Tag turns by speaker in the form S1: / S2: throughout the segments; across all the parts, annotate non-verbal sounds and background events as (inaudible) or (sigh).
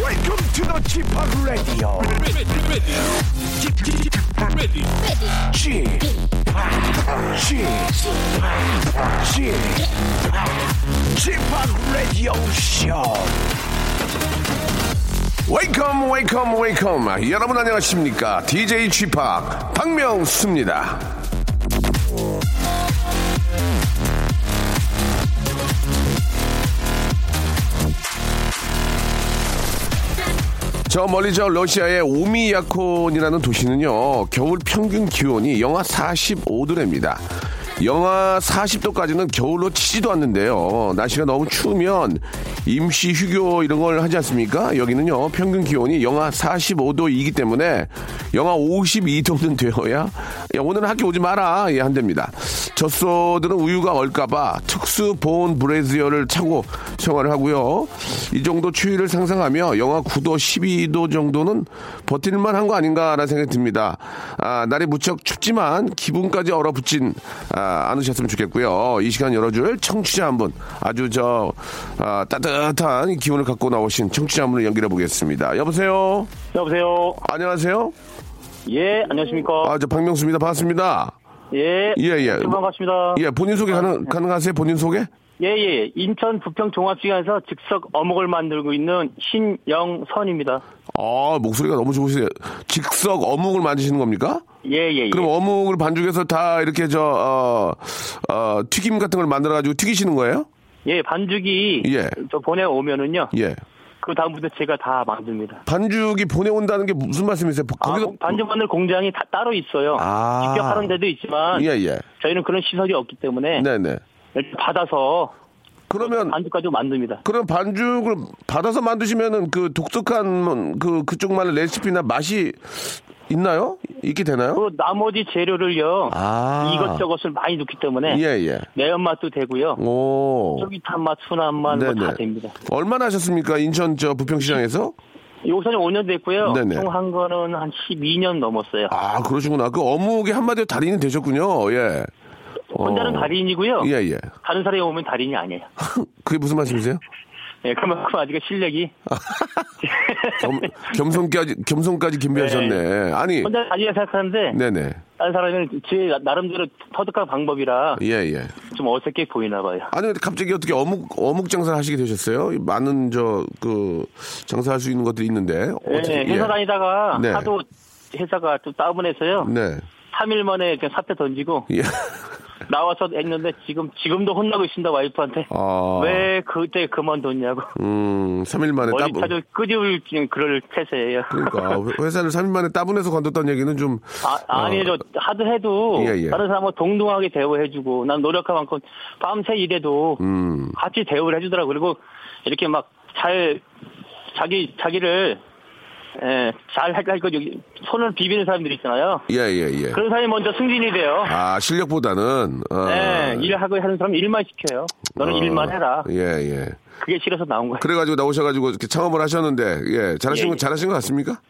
S1: Welcome to the Chip Radio. Chip Chip Chip Radio Show.
S2: 웨이컴 웨이컴 웨이컴 여러분 안녕하십니까 DJ 쥐팍 박명수입니다 저 멀리 저 러시아의 오미야콘이라는 도시는요 겨울 평균 기온이 영하 45도랍니다 영하 40도까지는 겨울로 치지도 않는데요 날씨가 너무 추우면 임시 휴교 이런 걸 하지 않습니까 여기는요 평균 기온이 영하 45도이기 때문에 영하 52도는 되어야 야, 오늘은 학교 오지 마라 예 한답니다 젖소들은 우유가 얼까봐 특수 보온 브래지어를 차고 생활을 하고요 이 정도 추위를 상상하며 영하 9도 12도 정도는 버틸만 한 거 아닌가라는 생각이 듭니다 아, 날이 무척 춥지만 기분까지 얼어붙진 아, 않으셨으면 좋겠고요 이 시간 열어줄 청취자 한 분 아주 저 아, 따뜻한 이 기운을 갖고 나오신 청취자 한 분을 연결해 보겠습니다 여보세요
S3: 여보세요.
S2: 안녕하세요
S3: 예, 안녕하십니까.
S2: 아 저 박명수입니다 반갑습니다
S3: 예.
S2: 예, 예.
S3: 반갑습니다.
S2: 예, 본인 소개
S3: 네.
S2: 가능, 가능하세요? 본인 소개?
S3: 예, 예. 인천 부평 종합시장에서 즉석 어묵을 만들고 있는 신영선입니다.
S2: 아, 목소리가 너무 좋으시네요. 즉석 어묵을 만드시는 겁니까?
S3: 예, 예, 예.
S2: 그럼 어묵을 반죽해서 다 이렇게 저, 어, 어, 튀김 같은 걸 만들어가지고 튀기시는 거예요?
S3: 예, 반죽이
S2: 예.
S3: 저 보내오면은요.
S2: 예.
S3: 그 다음부터 제가 다 만듭니다.
S2: 반죽이 보내온다는 게 무슨 말씀이세요?
S3: 아,
S2: 거기서.
S3: 공- 반죽 만들 공장이 다 따로 있어요.
S2: 아.
S3: 직접 하는 데도 있지만
S2: 예, 예.
S3: 저희는 그런 시설이 없기 때문에
S2: 네네.
S3: 일단 받아서
S2: 그러면,
S3: 반죽까지 만듭니다.
S2: 그럼 반죽을 받아서 만드시면은 그 독특한 그, 그쪽만의 레시피나 맛이 있나요? 있게 되나요?
S3: 그 나머지 재료를요.
S2: 아.
S3: 이것저것을 많이 넣기 때문에
S2: 예, 예.
S3: 매운맛도 되고요.
S2: 오.
S3: 쫄깃한 맛, 순한 맛, 뭐 다 됩니다.
S2: 얼마나 하셨습니까? 인천 저 부평시장에서?
S3: 요선이 5년 됐고요.
S2: 네네.
S3: 총 한 거는 한 12년 넘었어요.
S2: 아, 그러시구나. 그 어묵이 한마디로 달인이 되셨군요. 예.
S3: 혼자는
S2: 어.
S3: 달인이고요.
S2: 예, 예.
S3: 다른 사람이 오면 달인이 아니에요.
S2: 그게 무슨 말씀이세요?
S3: 예, 그만큼 아직 실력이
S2: 예.
S3: (laughs)
S2: 겸, 겸손까지, 겸손까지 겸비하셨네. 아니,
S3: 혼자 달인이라 생각하는데
S2: 네네.
S3: 다른 사람은 제 나름대로 터득한 방법이라
S2: 예, 예.
S3: 좀 어색해 보이나 봐요.
S2: 아니, 근데 갑자기 어떻게 어묵, 어묵 장사를 하시게 되셨어요? 많은 저, 그, 장사할 수 있는 것들이 있는데.
S3: 예,
S2: 어떻게-
S3: 회사 다니다가
S2: 네.
S3: 하도 회사가 좀 다운해서요.
S2: 네.
S3: 3일 만에 그냥 사태 던지고
S2: 예.
S3: 나와서 했는데 지금 지금도 혼나고 있습니다 와이프한테.
S2: 아.
S3: 왜 그때 그만뒀냐고.
S2: 음, 3일 만에
S3: 머리
S2: 따분-
S3: 차도 끄집을 그냥 그럴 태세예요.
S2: 그러니까, 회- 회사를 3일 만에 따분해서 건뒀다는 얘기는 좀.
S3: 아, 아니, 저, 하도 해도,
S2: 어. 예, 예.
S3: 다른 사람하고 동등하게 대우해주고, 난 노력한 만큼, 밤새 일해도,
S2: 음.
S3: 같이 대우를 해주더라고. 그리고, 이렇게 막, 잘, 자기, 자기를, 예, 잘 할, 할 거, 여기, 손을 비비는 사람들이 있잖아요.
S2: 예, 예, 예.
S3: 그런 사람이 먼저 승진이 돼요.
S2: 아, 실력보다는. 어.
S3: 예, 일하고 하는 사람 일만 시켜요. 너는
S2: 어,
S3: 일만 해라.
S2: 예, 예.
S3: 그게 싫어서 나온 거예요.
S2: 그래가지고 나오셔가지고 이렇게 창업을 하셨는데, 예. 잘하신,
S3: 예,
S2: 거
S3: 예.
S2: 잘하신 것 같습니까?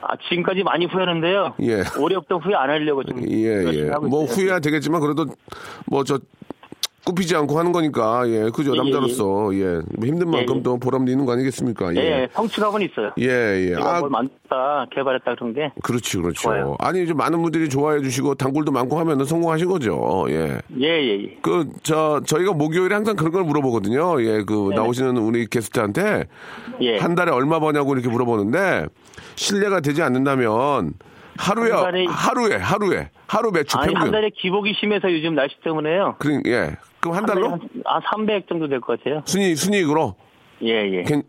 S3: 아, 지금까지 많이 후회하는데요.
S2: 예.
S3: 오래 없던 후회 안 하려고 지금.
S2: 예, 예.
S3: 열심히 하고
S2: 뭐
S3: 있어요.
S2: 후회야 되겠지만, 그래도 뭐 저, 굽히지 않고 하는 거니까, 예. 그죠.
S3: 예, 예,
S2: 남자로서, 예. 뭐 힘든 만큼
S3: 예.
S2: 또 보람도 있는 거 아니겠습니까?
S3: 예, 예, 성취감은 있어요.
S2: 예, 예.
S3: 내가
S2: 아,
S3: 뭘 만들었다, 개발했다 그런 게.
S2: 그렇지, 그렇죠.
S3: 좋아요.
S2: 아니, 이제 많은 분들이 좋아해 주시고, 단골도 많고 하면은 성공하신 거죠. 예.
S3: 예, 예, 예.
S2: 그, 저, 저희가 목요일에 항상 그런 걸 물어보거든요. 예,
S3: 네.
S2: 그, 나오시는 우리 게스트한테
S3: 예.
S2: 한 달에 얼마 버냐고 이렇게 물어보는데 신뢰가 되지 않는다면 하루에
S3: 한 달에-
S2: 하루에 하루에 하루 매출
S3: 아니, 한
S2: 평균
S3: 달에 기복이 심해서 요즘 날씨 때문에요.
S2: 그럼 예 그럼 한
S3: 한 달에
S2: 달로
S3: 한, 아, 300 정도 될 것 같아요.
S2: 순이 순이익으로
S3: 예, 예.
S2: 괜-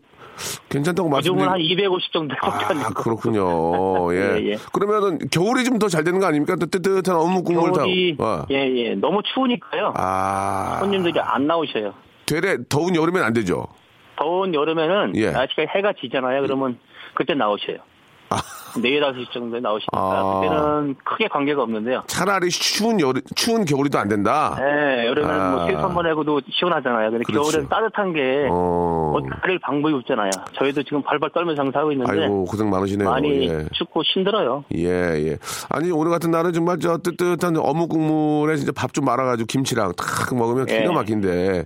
S2: 괜찮다고 말씀드리고
S3: 요즘은 그 한 250 정도밖에 안
S2: 아,
S3: 되고. (laughs)
S2: 그렇군요. 예.
S3: 예, 예.
S2: 그러면은 겨울이 좀 더 잘 되는 거 아닙니까? 또 뜨뜻한 어묵국물
S3: 겨울이
S2: 다. 어.
S3: 예예 너무 추우니까요.
S2: 아.
S3: 손님들이 안 나오셔요.
S2: 되레 더운 여름엔 안 되죠.
S3: 더운 여름에는
S2: 예.
S3: 날씨가 해가 지잖아요. 그러면 그때 나오셔요.
S2: 아,
S3: 내일 5시 정도에 나오시니까
S2: 아.
S3: 그때는 크게 관계가 없는데요.
S2: 차라리 추운 여름 추운 겨울이 더 안 된다.
S3: 예, 여름에는
S2: 아.
S3: 뭐 실수 한번 해고도 시원하잖아요. 근데
S2: 그렇죠.
S3: 겨울엔 따뜻한 게
S2: 어.
S3: 옷가릴 방법이 없잖아요. 저희도 지금 발발 떨면서 장사하고 있는데
S2: 아이고 고생 많으시네요.
S3: 많이
S2: 예.
S3: 춥고 힘들어요.
S2: 예, 예. 아니, 오늘 같은 날은 정말 저 뜨뜻한 어묵 국물에 진짜 밥 좀 말아가지고 김치랑 탁 먹으면
S3: 예.
S2: 기가 막힌데.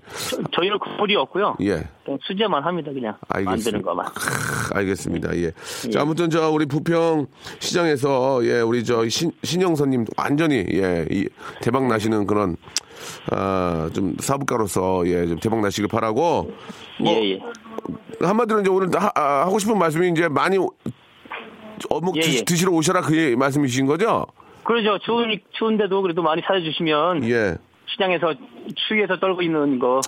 S3: 저, 희는 그 국물이 없고요.
S2: 예.
S3: 그냥 수제만 합니다. 그냥
S2: 알겠습니다.
S3: 만드는 것만.
S2: 크, 알겠습니다. 예. 자, 아무튼 저 우리 부평 시장에서 예, 우리 저 신, 신영선님 완전히 예, 이 대박 나시는 그런 아, 좀 사업가로서 예, 좀 대박 나시길 바라고. 뭐
S3: 예, 예.
S2: 한마디로 이제 오늘 하, 아, 하고 싶은 말씀이 이제 많이 오- 어묵
S3: 예,
S2: 드-
S3: 예.
S2: 드시러 오셔라 그 말씀이신 거죠?
S3: 그러죠. 추운, 추운데도 그래도 많이 찾아주시면
S2: 예.
S3: 시장에서 추위에서 떨고 있는 거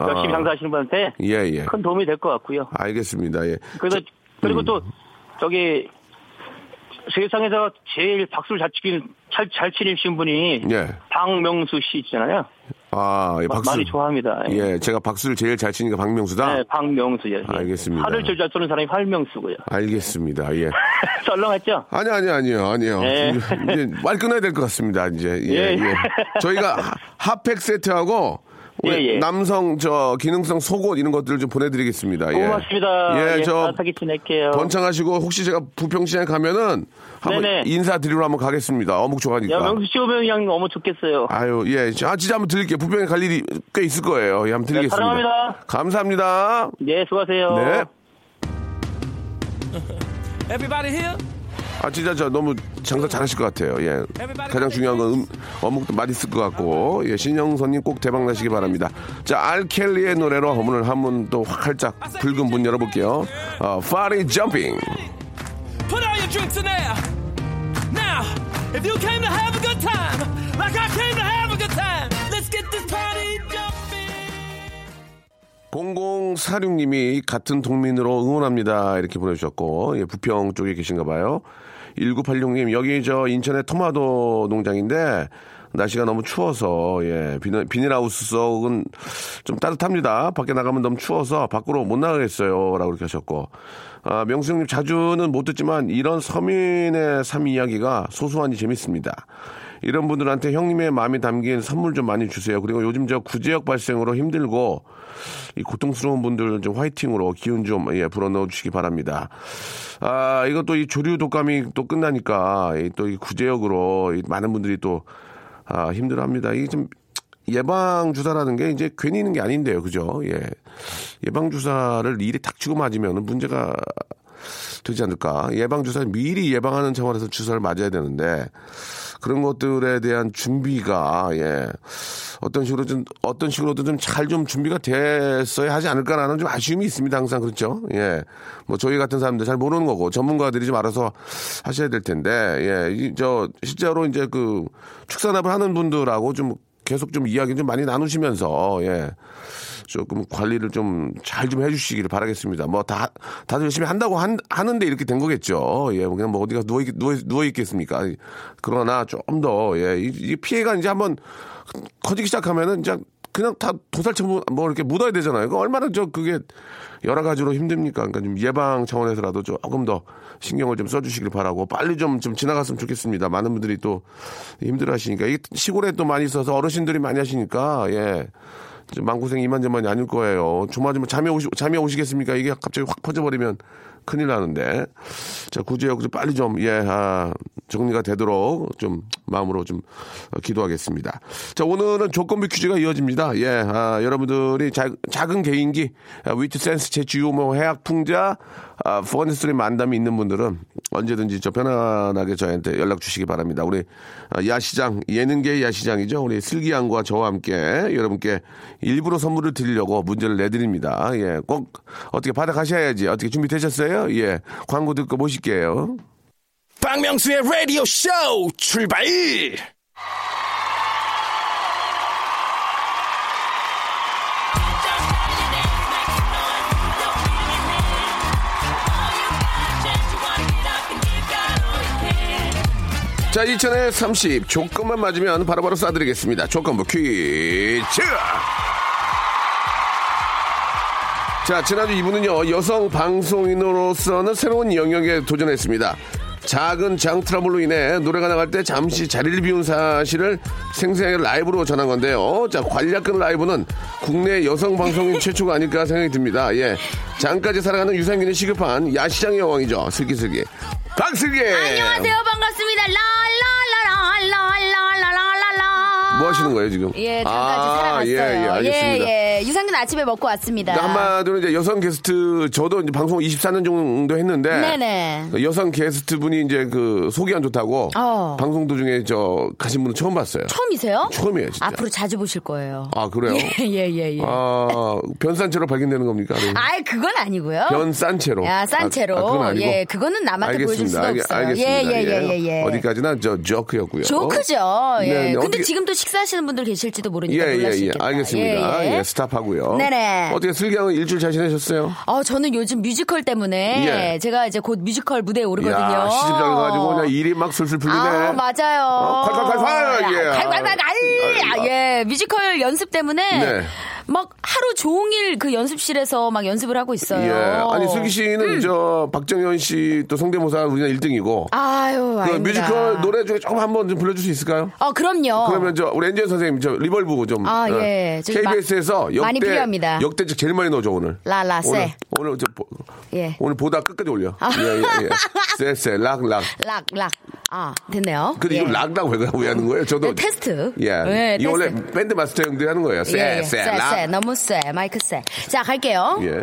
S3: 열심히
S2: 아.
S3: 장사하시는 분한테
S2: 예, 예.
S3: 큰 도움이 될 것 같고요.
S2: 알겠습니다. 예.
S3: 그래서 그리고 또 저기 세상에서 제일 박수를 잘 치긴 잘, 잘 치신 분이
S2: 예.
S3: 박명수 씨 있잖아요.
S2: 아, 예,
S3: 마-
S2: 박수.
S3: 많이 좋아합니다.
S2: 예, 제가 박수를 제일 잘 치니까 박명수다.
S3: 네, 박명수 예.
S2: 알겠습니다.
S3: 화를 제일 잘 쏘는 사람이 활명수고요. (laughs)
S2: 알겠습니다. 예.
S3: 썰렁했죠?
S2: 아니 아니 아니요 아니요
S3: 예.
S2: 이제 말 끊어야 될 것 같습니다 이제 예,
S3: 예.
S2: 예. 저희가 하- 핫팩 세트하고 우리
S3: 예, 예.
S2: 남성 저 기능성 속옷 이런 것들을 좀 보내드리겠습니다 예.
S3: 고맙습니다.
S2: 예저
S3: 따뜻하게 지낼게요.
S2: 번창하시고 혹시 제가 부평시장 가면은 한번
S3: 네네.
S2: 인사드리러 한번 가겠습니다 어묵
S3: 야,
S2: 좋아하니까
S3: 명수 씨 오면 그냥 너무 좋겠어요.
S2: 아유 예 아, 진짜 한번 드릴게요 부평에 갈 일이 꽤 있을 거예요 예, 한번 드리겠습니다
S3: 네, 사랑합니다.
S2: 감사합니다
S3: 네, 수고하세요.
S2: 네.
S4: Everybody here?
S2: 아 진짜 저 너무 장사 잘하실 것 같아요. 예. 가장 중요한 건 음, 어묵도 맛있을 것 같고 예, 신영선님 꼭 대박 나시기 바랍니다. 자 알켈리의 노래로 오늘 한문 또 확 활짝 붉은 문 열어볼게요. 어, 파리 점핑.
S4: Put all your drinks in there. Now, if you came to have a good time, like I came to have a good time, let's get this party jumping.
S2: 0046님이 같은 동민으로 응원합니다. 이렇게 보내주셨고, 예, 부평 쪽에 계신가 봐요. 1986님, 여기 저 인천의 토마토 농장인데, 날씨가 너무 추워서, 예, 비닐, 비닐하우스 속은 좀 따뜻합니다. 밖에 나가면 너무 추워서 밖으로 못 나가겠어요. 라고 이렇게 하셨고, 아, 명수 형님 자주는 못 듣지만, 이런 서민의 삶 이야기가 소소하니 재밌습니다. 이런 분들한테 형님의 마음이 담긴 선물 좀 많이 주세요. 그리고 요즘 저 구제역 발생으로 힘들고 이 고통스러운 분들 좀 화이팅으로 기운 좀 예, 불어넣어 주시기 바랍니다. 아, 이것도 이 조류 독감이 또 끝나니까 또 이 구제역으로 이 많은 분들이 또 아, 힘들어합니다. 이게 좀 예방 주사라는 게 이제 괜히 있는 게 아닌데요, 그죠? 예, 예방 주사를 일이 탁 치고 맞으면 문제가 되지 않을까. 예방주사 미리 예방하는 차원에서 주사를 맞아야 되는데 그런 것들에 대한 준비가 예 어떤 식으로 좀 어떤 식으로든 좀 잘 좀 준비가 됐어야 하지 않을까라는 좀 아쉬움이 있습니다 항상 그렇죠 예뭐 저희 같은 사람들 잘 모르는 거고 전문가들이 좀 알아서 하셔야 될 텐데 예저 실제로 이제 그 축산업을 하는 분들하고 좀 계속 좀 이야기 좀 많이 나누시면서 예 조금 관리를 좀 잘 좀 해주시기를 바라겠습니다. 뭐 다 다들 열심히 한다고 한, 하는데 이렇게 된 거겠죠. 예, 그냥 뭐 어디가 누워 누워 누워 있겠습니까? 그러나 좀 더 예, 이, 이 피해가 이제 한번 커지기 시작하면은 이제 그냥 다 도살처분 뭐 이렇게 묻어야 되잖아요. 그 얼마나 저 그게 여러 가지로 힘듭니까? 그러니까 좀 예방 차원에서라도 조금 더 신경을 좀 써주시길 바라고 빨리 좀 좀 지나갔으면 좋겠습니다. 많은 분들이 또 힘들어하시니까 이게 시골에 또 많이 있어서 어르신들이 많이 하시니까 예. 이제 마음고생 이만저만이 아닐 거예요. 조마조마 잠이 오시, 잠이 오시겠습니까? 이게 갑자기 확 퍼져버리면 큰일 나는데. 자, 구제역 좀 빨리 좀, 예, 아, 정리가 되도록 좀 마음으로 좀 어, 기도하겠습니다. 자, 오늘은 조건부 퀴즈가 이어집니다. 예, 아, 여러분들이 자, 작은 개인기, 아, 위트 센스, 재치, 유머, 뭐 해학, 풍자, 아, 퍼니스토리 만담이 있는 분들은 언제든지 저 편안하게 저희한테 연락 주시기 바랍니다. 우리 아, 야시장, 예능계의 야시장이죠. 우리 슬기양과 저와 함께 여러분께 일부러 선물을 드리려고 문제를 내드립니다. 예, 꼭 어떻게 받아가셔야지. 어떻게 준비되셨어요? 예, 광고 듣고 모실게요.
S1: 박명수의 라디오 쇼 출발!
S2: 자, 2000에 30. 조건만 맞으면 바로바로 쏴드리겠습니다. 조건부 퀴즈! 자, 지난주 이분은요, 여성 방송인으로서는 새로운 영역에 도전했습니다. 작은 장 트러블로 인해 노래가 나갈 때 잠시 자리를 비운 사실을 생생하게 라이브로 전한 건데요. 자, 관략근 라이브는 국내
S5: (laughs)
S2: 여성 방송인 최초가 아닐까 생각이 듭니다. 예. 장까지 살아가는 유산균이 시급한 야시장의 여왕이죠. 슬기슬기. 박슬기!
S5: 안녕하세요 반갑습니다 랄랄랄랄랄랄랄랄랄라
S2: 뭐 하시는 거예요, 지금?
S5: 예 장까지 살아갔어요
S2: 예, 예, 알겠습니다.
S5: 예, 예. 유산균 아침에 먹고 왔습니다
S2: 한마디로 이제 여성 게스트 저도 이제 방송 24년 정도 했는데 그
S5: 네네
S2: 여성 게스트 분이 이제 그 속이 안 좋다고
S5: 어.
S2: 방송 도중에 저 가신 분은 처음 봤어요.
S5: 처음이세요?
S2: 처음이에요, 진짜.
S5: 앞으로 자주 보실 거예요 (laughs)
S2: 아 그래요?
S5: 예예예 예, 예.
S2: 아 변산체로 발견되는 겁니까? 아니면
S5: 아이 그건 아니고요
S2: 변산체로.
S5: 야,
S2: 아, 아,
S5: 산채로.
S2: 그건 아니고.
S5: 예, 그거는 남한테 보여줄 수가
S2: 알겠-
S5: 없어요.
S2: 알겠습니다.
S5: 예, 예, 예, 예, 예.
S2: 어디까지나 저 조크였고요.
S5: 조크죠. 예.
S2: 네, 네,
S5: 근데
S2: 어떻게-
S5: 지금도 식사하시는 분들 계실지도
S2: 예,
S5: 모르니까 놀랄
S2: 예,
S5: 수
S2: 예.
S5: 있겠다.
S2: 알겠습니다.
S5: 예, 예.
S2: 예, 스탑하고요.
S5: 네네.
S2: 어떻게 슬기양은 일주일 잘 지내셨어요?
S5: 어, 저는 요즘 뮤지컬 때문에
S2: 예.
S5: 제가 이제 곧 뮤지컬 무대에 오르거든요.
S2: 야, 시집 장가가지고 그냥 일이 막 술술 풀리네.
S5: 아, 맞아요.
S2: 어, 콸콸콸콸! 예.
S5: 콸콸콸콸!
S2: 아,
S5: 예, 뮤지컬 연습 때문에
S2: 네.
S5: 막 하루 종일 그 연습실에서 막 연습을 하고 있어요.
S2: 예. 아니, 슬기 씨는 저 박정현 씨 또 성대모사 우리나라 1등이고.
S5: 음. 아유,
S2: 그
S5: 아닙니다.
S2: 뮤지컬 노래 중에 조금 한번 좀 불러줄 수 있을까요?
S5: 어, 그럼요.
S2: 그러면 저 우리 엔지현 선생님 저 리벌브 좀
S5: 아,
S2: 어,
S5: 예. 저기 마-
S2: KBS에서 역대
S5: 많이 필요합니다.
S2: 역대적 제일 많이 넣어줘 오늘
S5: 라라
S2: 오늘
S5: 세.
S2: 오늘 저, 보-
S5: 예. 아.
S2: 오늘 보다 끝까지 올려 예, 예예예세세락락
S5: 락, 락. 아, 됐네요.
S2: 근데 이거
S5: 예.
S2: 락락 왜, 왜 하는 거예요? 저도
S5: 네, 테스트.
S2: 예,
S5: 네,
S2: 이 원래
S5: 테스트.
S2: 밴드 마스터 형들이 하는 거예요.
S5: 예, 예.
S2: 쎄쎄
S5: 쎄, 쎄.
S2: 락.
S5: 너무 쎄. 마이크 쎄. 자, 갈게요.
S2: 예.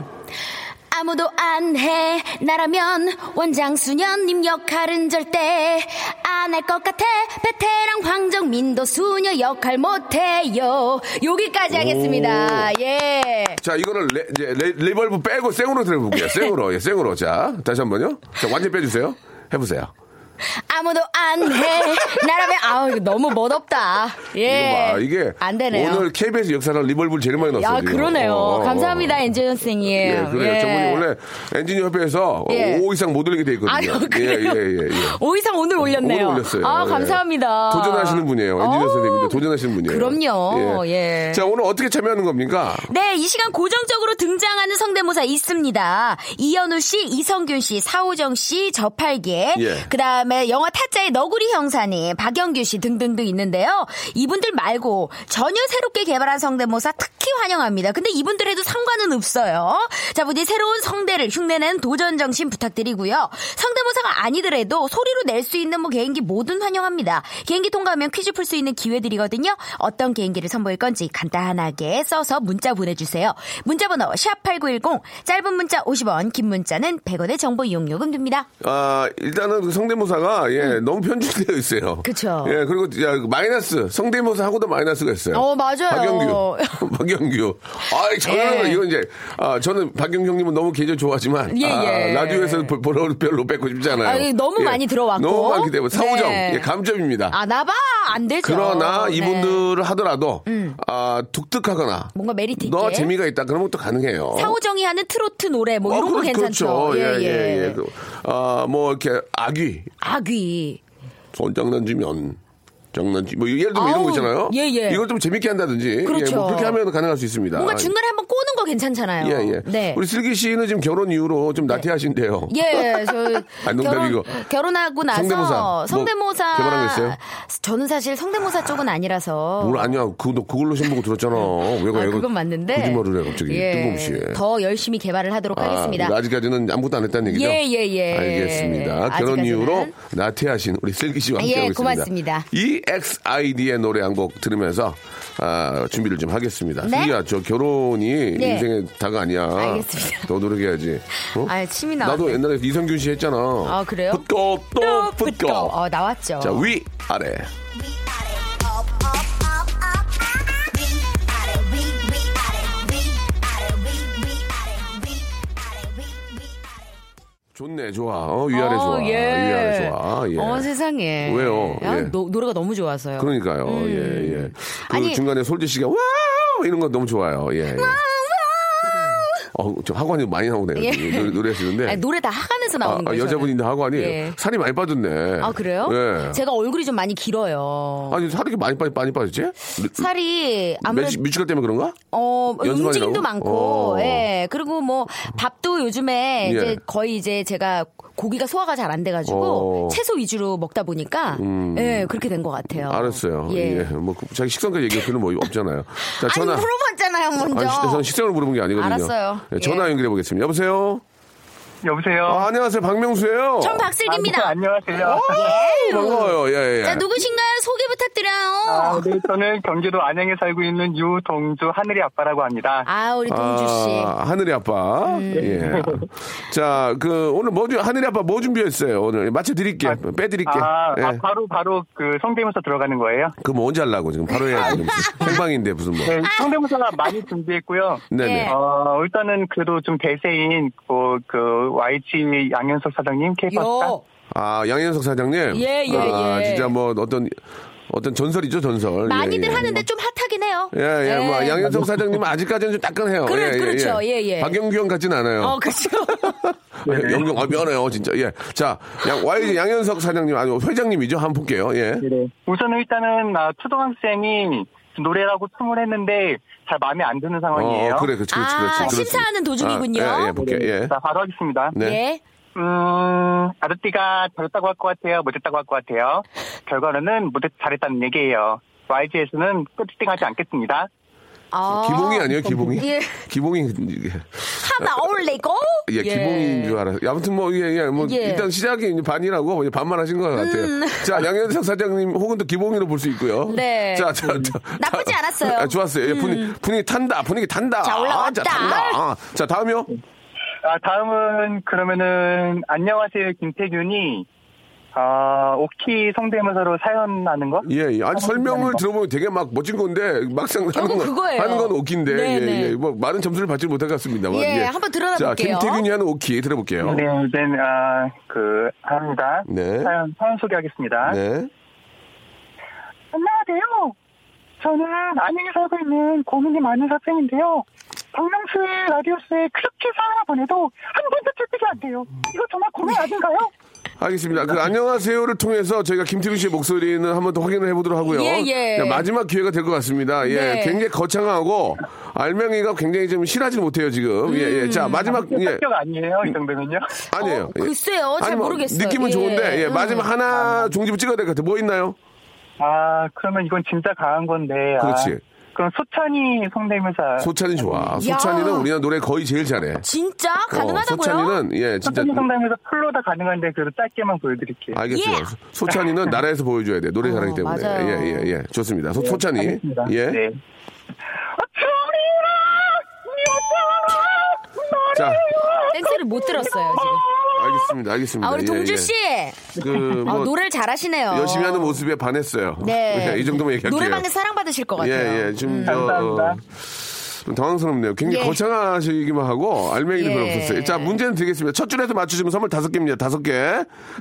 S5: 아무도 안 해. 나라면 원장 수녀님 역할은 절대 안 할 것 같아. 베테랑 황정민도 수녀 역할 못해요. 여기까지 하겠습니다. 예.
S2: 자 이거를 레, 이제 레, 리벌브 빼고 생으로 들어볼게요. 생으로 예, 생으로 자 다시 한번요. 자 완전 빼주세요. 해보세요.
S5: 아무도 안 해. 나라면 아우 이거 너무 멋없다. 예.
S2: 이거 봐 이게
S5: 안 되네요.
S2: 오늘 KBS 역사상 리벌브를 제일 많이 넣었어요.
S5: 야
S2: 지금.
S5: 그러네요.
S2: 어, 어, 어.
S5: 감사합니어 엔지니어 선생님.
S2: 예, 그래요. 저분이 원래 엔지니어 협회에서
S5: 예.
S2: 5 이상 못 올리게 돼 있거든요.
S5: 아유, 그래요?
S2: 예, 예, 예, 예.
S5: 5 이상 오늘 올렸네요.
S2: 오늘 올렸어요.
S5: 아,
S2: 예.
S5: 감사합니다.
S2: 도전하시는 분이에요. 엔지니어
S5: 어,
S2: 선생님도 도전하시는 분이에요.
S5: 그럼요. 예.
S2: 자, 오늘 어떻게 참여하는 겁니까?
S5: 네, 이 시간 고정적으로 등장하는 성대모사 있습니다. 이현우 씨, 이성균 씨, 사호정 씨, 저팔계,
S2: 예.
S5: 그다음에 영화 타짜의 너구리 형사님, 박영규 씨 등등등 있는데요. 이분들 말고 전혀 새롭게 개발한 성대모사 특히 환영합니다. 근데 이분들에도 상관은 없어요. 자, 부디 새로운 성대를 흉내내는 도전 정신 부탁드리고요. 성대모사가 아니더라도 소리로 낼 수 있는 뭐 개인기 모든 환영합니다. 개인기 통과하면 퀴즈 풀 수 있는 기회들이거든요. 어떤 개인기를 선보일 건지 간단하게 써서 문자 보내주세요. 문자번호 샵8910 짧은 문자 50원 긴 문자는 100원의 정보 이용료금 듭니다.
S2: 아, 일단은 그 성대모사가, 예, 너무 편집되어 있어요.
S5: 음. 그쵸.
S2: 예, 그리고, 야, 마이너스. 성대모사 하고도 마이너스가 있어요.
S5: 어, 맞아요. (laughs)
S2: 박영규. 박영규. 아이, 저는,
S5: 예.
S2: 이건 이제, 아, 저는 박영규 형님은 너무 계절 좋아하지만,
S5: 예,
S2: 아,
S5: 예.
S2: 라디오에서는 보- 보러 별로 뺏고 싶지 않아요.
S5: 아, 예, 너무 많이 들어왔고.
S2: 너무 많기 때문에. 사우정.
S5: 네.
S2: 예, 감점입니다.
S5: 아, 나봐! 안 되죠.
S2: 그러나
S5: 네. 음.
S2: 이분들을 하더라도, 아, 독특하거나,
S5: 뭔가 메리트 있게.
S2: 너 재미가 있다. 그런 것도 가능해요. 어,
S5: 사호정이 하는 트로트 노래 뭐 이런 거
S2: 그렇-
S5: 괜찮죠.
S2: 그렇죠. 예, 예, 예. 그, 아, 뭐, 이렇게, 아귀.
S5: 아귀.
S2: 손 장난치면 장난치 뭐 예를 들면 이런
S5: 아우,
S2: 거 있잖아요.
S5: 예, 예.
S2: 이걸 좀 재밌게 한다든지
S5: 그렇죠.
S2: 예, 뭐 그렇게 하면 가능할 수 있습니다.
S5: 뭔가 중간에 한번 꼬는 거 괜찮잖아요.
S2: 아, 예, 예.
S5: 네.
S2: 우리 슬기 씨는 지금 결혼 이후로 좀 나태하신데요.
S5: 예, 저
S2: 아, 농담이고.
S5: 결혼, 결혼하고 나서
S2: 성대모사, 뭐
S5: 성대모사-
S2: 개발하고 있어요? 뭐,
S5: 저는 사실 성대모사 쪽은 아니라서
S2: 뭘 아니야. 그거 그걸로 신보고 들었잖아. 왜가
S5: 아,
S2: 왜가
S5: 그건 맞는데
S2: 거짓말을 해 갑자기
S5: 예,
S2: 뜬금없이.
S5: 더 열심히 개발을 하도록 하겠습니다.
S2: 아, 직까지는 아무것도 안 했다는 얘기죠?
S5: 예, 예, 예.
S2: 알겠습니다. 결혼
S5: 아직까지는.
S2: 이후로 나태하신 우리 슬기 씨와
S5: 아,
S2: 함께하고
S5: 예,
S2: 있습니다.
S5: 고맙습니다.
S2: EXID의 노래 한 곡 들으면서 아, 준비를 좀 하겠습니다.
S5: 네?
S2: 슬기야, 저 결혼이
S5: 네.
S2: 인생의 다가 아니야.
S5: 알겠습니다.
S2: 더 노력해야지. 어?
S5: 아유, 침이 나왔네.
S2: 나도 옛날에 이성균 씨 했잖아. 아,
S5: 그래요?
S2: 붙고 또 붙고.
S5: 어, 나왔죠.
S2: 자, 위, 아래. 좋네, 좋아. 어, 위아래
S5: 어,
S2: 좋아.
S5: 예.
S2: 위아래 좋아. 예.
S5: 어, 세상에.
S2: 왜요?
S5: 아,
S2: 예.
S5: 노, 노래가 너무 좋아서요.
S2: 그러니까요. 예, 예. 그
S5: 음. 아니-
S2: 중간에 솔지 씨가 와우 이런 거 너무 좋아요. 예. 예. 어, 저 하관이 많이 나오네요.
S5: 예.
S2: 노래, 노래하시는데.
S5: 아니, 노래 다 하관에서
S2: 아,
S5: 나오는
S2: 아,
S5: 거예요.
S2: 여자분인데 하관이
S5: 예.
S2: 살이 많이 빠졌네.
S5: 저는. 아 그래요?
S2: 예.
S5: 제가 얼굴이 좀 많이 길어요.
S2: 아니 살이 이렇게 많이 빠 많이 빠졌지?
S5: 살이 아무래도
S2: 뮤지, 뮤지컬 때문에 그런가?
S5: 어,
S2: 연습하느라고?
S5: 움직임도 많고,
S2: 어.
S5: 예. 그리고 뭐, 밥도 요즘에
S2: 예.
S5: 이제 거의 이제 제가 고기가 소화가 잘 안 돼가지고,
S2: 어. 음.
S5: 채소 위주로 먹다 보니까, 예, 그렇게 된 것 같아요.
S2: 알았어요.
S5: 예.
S2: 예. 뭐 자기 식성까지 얘기할 필요는 뭐 없잖아요. 자
S5: 아니,
S2: 전화.
S5: 물어봤잖아요, 먼저.
S2: 아니, 시- 저는 식성을 물어본 게 아니거든요.
S5: 알았어요.
S2: 예, 전화
S5: 예.
S2: 연결해 보겠습니다. 여보세요.
S3: 여보세요.
S2: 아, 안녕하세요, 박명수예요.
S5: 전 박슬기입니다.
S3: 아, 안녕하세요.
S5: 예.
S2: 반가워요. 예, 예.
S5: 자, 누구신가요? 소개 부탁드려요.
S3: 아, 네, 저는 경기도 안양에 살고 있는 유동주 하늘이 아빠라고 합니다.
S5: 아, 우리 동주씨. 음.
S2: 아, 하늘이 아빠. 예. 자, 그 오늘 뭐 주- 하늘이 아빠 뭐 준비했어요? 오늘 맞춰 드릴게. 요빼 드릴게.
S3: 아,
S2: 예.
S3: 아, 바로 바로 그 성대모사 들어가는 거예요?
S2: 그럼 뭐 언제 하려고 지금 바로 해야지.
S5: (laughs)
S2: 무슨 생방인데 무슨 뭐.
S3: 네, 성대모사가 많이 준비했고요.
S2: 네,
S5: 예.
S2: 네.
S3: 어, 일단은 그래도 좀 대세인 뭐, 그 YG 양현석 사장님
S5: 요.
S3: 케이팝
S2: 아, 양현석 사장님.
S5: 예, 예,
S2: 아,
S5: 예.
S2: 진짜 뭐 어떤 어떤 전설이죠, 전설.
S5: 많이들
S2: 예, 예.
S5: 하는데 좀 핫하긴 해요.
S2: 예, 예, 뭐
S5: 예.
S2: 양현석 사장님은 아직까지는 좀 따끈해요.
S5: 그래,
S2: 예, 예,
S5: 그렇죠. 예, 예.
S2: 박영규 형 같진 않아요.
S5: 어, 그죠.
S3: 네.
S2: 영경 아 미안해요, 진짜. 예. 자, 양 YG 양현석 사장님 아니 회장님이죠. 한번 볼게요. 예.
S3: 네. 우선은 일단은 아, 초등학생이 노래라고 춤을 했는데 잘 마음에 안 드는 상황이에요.
S2: 어, 그래, 그렇지, 그렇지,
S5: 아,
S2: 그렇지. 그렇지.
S5: 심사하는 도중이군요.
S2: 아, 예, 예, 볼게요. 예.
S3: 자, 바로 하겠습니다.
S2: 네.
S5: 예.
S3: 음, 아르띠가 잘했다고 할 것 같아요? 못했다고 할 것 같아요? 결과로는 못했, 잘했다는 얘기예요. YG에서는 끝팅 하지 않겠습니다.
S5: 아.
S2: 기봉이 아니에요, 기봉이?
S5: 예.
S2: 기봉이
S5: 하나 어울리고.
S2: 예, 기봉인 줄 알아요. 아무튼 뭐, 예, 예, 뭐,
S5: 예. 음.
S2: 일단 시작이 이제 반이라고 그냥 반만 하신 것 같아요. 자, 양현석 사장님 혹은 또 기봉이로 볼 수 있고요.
S5: 네.
S2: 자, 자, 자,
S5: 나쁘지 않았어요. 음.
S2: 아, 좋았어요. 예, 분위기, 분위기 탄다. 분위기 탄다.
S5: 자, 올라왔다.
S2: 아, 자, 탄다. 아, 자, 다음이요.
S3: 아, 다음은 그러면은 안녕하세요 김태균이 아, 오키 성대모사로 사연하는 거?
S2: 예, 예. 아니, 설명을
S3: 거.
S2: 들어보면 되게 막 멋진 건데, 막상 하는
S5: 결국
S2: 건,
S5: 그거예요.
S2: 하는 건 오키인데,
S5: 네,
S2: 예,
S5: 네.
S2: 예. 뭐, 많은 점수를 받지 못할 것 같습니다만.
S5: 예, 한번 들어볼게요.
S2: 자, 김태균이 하는 오키 들어볼게요.
S3: 네, 네, 아, 그 합니다.
S2: 네.
S3: 사연 사연 소개하겠습니다.
S2: 네.
S3: 안녕하세요. 저는 안양에 살고 있는 고민이 많은 학생인데요. 박명수의 라디오스에 그렇게 사연을 보내도 한 번도 채택이 안 돼요. 이거 정말 고민 아닌가요?
S2: 알겠습니다. 그 안녕하세요를 통해서 저희가 김태균 씨의 목소리는 한번 더 확인을 해보도록 하고요.
S5: 예, 예.
S2: 자, 마지막 기회가 될 것 같습니다. 예,
S5: 네.
S2: 굉장히 거창하고 알맹이가 굉장히 좀 실하지 못해요 지금. 예, 예. 자 마지막 예.
S3: 합격 아니에요, 이 정도면요.
S2: 아니에요.
S5: 음. 어,
S2: 예.
S5: 글쎄요, 잘
S2: 아니, 뭐
S5: 모르겠어요.
S2: 느낌은
S5: 예.
S2: 좋은데 예,
S5: 음.
S2: 마지막 하나 종지부 찍어야 될 것 같아. 요뭐 있나요?
S3: 아, 그러면 이건 진짜 강한 건데. 아,
S2: 그렇지.
S3: 그럼 소찬이 성대모사.
S2: 소찬이 좋아. 소찬이는 우리나라 노래 거의 제일 잘해.
S5: 진짜 가능하다고요?
S2: 어, 소찬이는 예 진짜.
S3: 소찬이 성대모사 풀로 다 가능한데 그래도 짧게만 보여드릴게요.
S2: 알겠어요.
S5: 예.
S2: 소찬이는 나라에서 보여줘야 돼. 노래 잘하기
S5: 어,
S2: 때문에.
S5: 맞아요.
S2: 예, 예, 예. 좋습니다. 소, 찬이
S3: 네, 알겠습니다.
S2: 예.
S3: 네. 아, 어쩌리라, 여자라,
S2: 자,
S5: 땡스를 못 들었어요, 지금.
S2: 알겠습니다. 알겠습니다.
S5: 아, 우리
S2: 예,
S5: 동주
S2: 예.
S5: 씨.
S2: 그,
S5: 아,
S2: 뭐,
S5: 노래를 잘하시네요.
S2: 열심히 하는 모습에 반했어요.
S5: 네.
S2: (laughs) 예, 이 정도면 얘기할게요.
S5: 노래방에 사랑받으실 것 같아요. 음.
S2: 예, 예. 지금 저,
S3: 감사합니다.
S2: 어, 좀 당황스럽네요. 굉장히
S5: 예.
S2: 거창하시기만 하고, 알맹이는
S5: 예.
S2: 별로 없었어요. 자, 문제는 드리겠습니다. 첫 줄에서 맞추시면 선물 다섯 개입니다. 다섯 개.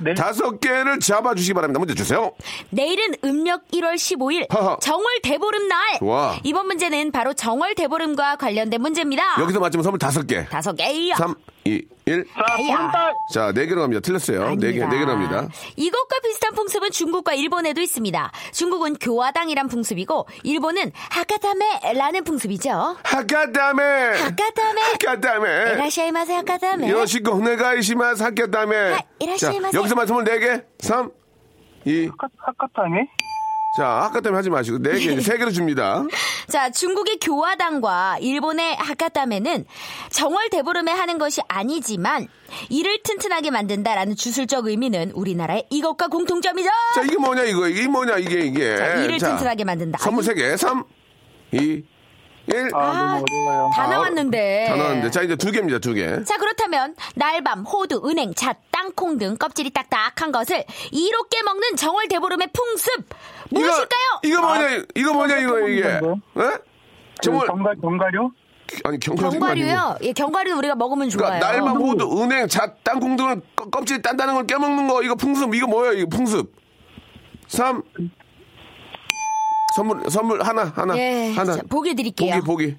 S3: 네.
S2: 다섯 개를 잡아주시기 바랍니다. 문제 주세요.
S5: 내일은 음력 1월 15일
S2: 하하.
S5: 정월 대보름 날.
S2: 좋아.
S5: 이번 문제는 바로 정월 대보름과 관련된 문제입니다.
S2: 여기서 맞추면 선물 다섯 개.
S5: 다섯 개요.
S2: 삼, 이, 일.
S5: 아야.
S2: 자, 네 개로 갑니다. 틀렸어요. 네 개, 네 개로 갑니다.
S5: 이것과 비슷한 풍습은 중국과 일본에도 있습니다. 중국은 교화당이란 풍습이고 일본은 하카타메라는 풍습이죠.
S2: 하카다메!
S5: 하카타메. 네,
S2: 하카다메!
S5: 이라시아이마세 하카타메.
S2: 요시코 오네가이시마스 하카다메!
S5: 하- 네. 이라시마세.
S2: 여기서 맞추면 네 개. 삼, 이,
S3: 학과탕에?
S2: 자, 아까 때문에 하지 마시고 네 개, 이제 세 개로
S5: (laughs)
S2: 줍니다.
S5: 자, 중국의 교화당과 일본의 하카타메는 정월 대보름에 하는 것이 아니지만 이를 튼튼하게 만든다라는 주술적 의미는 우리나라의 이것과 공통점이죠.
S2: 자, 이게 뭐냐 이거 이게 뭐냐 이게 이게.
S5: 자, 이를 튼튼하게 만든다.
S2: 네, 선물 세 개, 삼, 이, 일.
S3: 아, 너무 어려워요.
S5: 다
S2: 아,
S5: 나왔는데.
S2: 다 나왔는데. 자, 이제 두 개입니다. 두 개.
S5: 자, 그렇다면 날밤, 호두, 은행, 잣, 땅콩 등 껍질이 딱딱한 것을 이롭게 먹는 정월 대보름의 풍습 무엇일까요? 아,
S2: 이거, 이거 뭐냐 이거 뭐냐 이거 이게.
S3: 뭔데?
S2: 예? 정말
S3: 정갈, 정갈요?
S2: 아니 경과류.
S5: 견과류요. 예, 견과류 우리가 먹으면 좋아요. 음.
S2: 그러니까 날만 호두, 은행, 잣, 땅콩 등을 껍- 껍질 딴다는 걸 깨먹는 거 이거 풍습 이거 뭐야 이거 풍습. 삼. 선물 선물 하나 하나
S5: 예,
S2: 하나.
S5: 자, 보기 드릴게요.
S2: 보기 보기.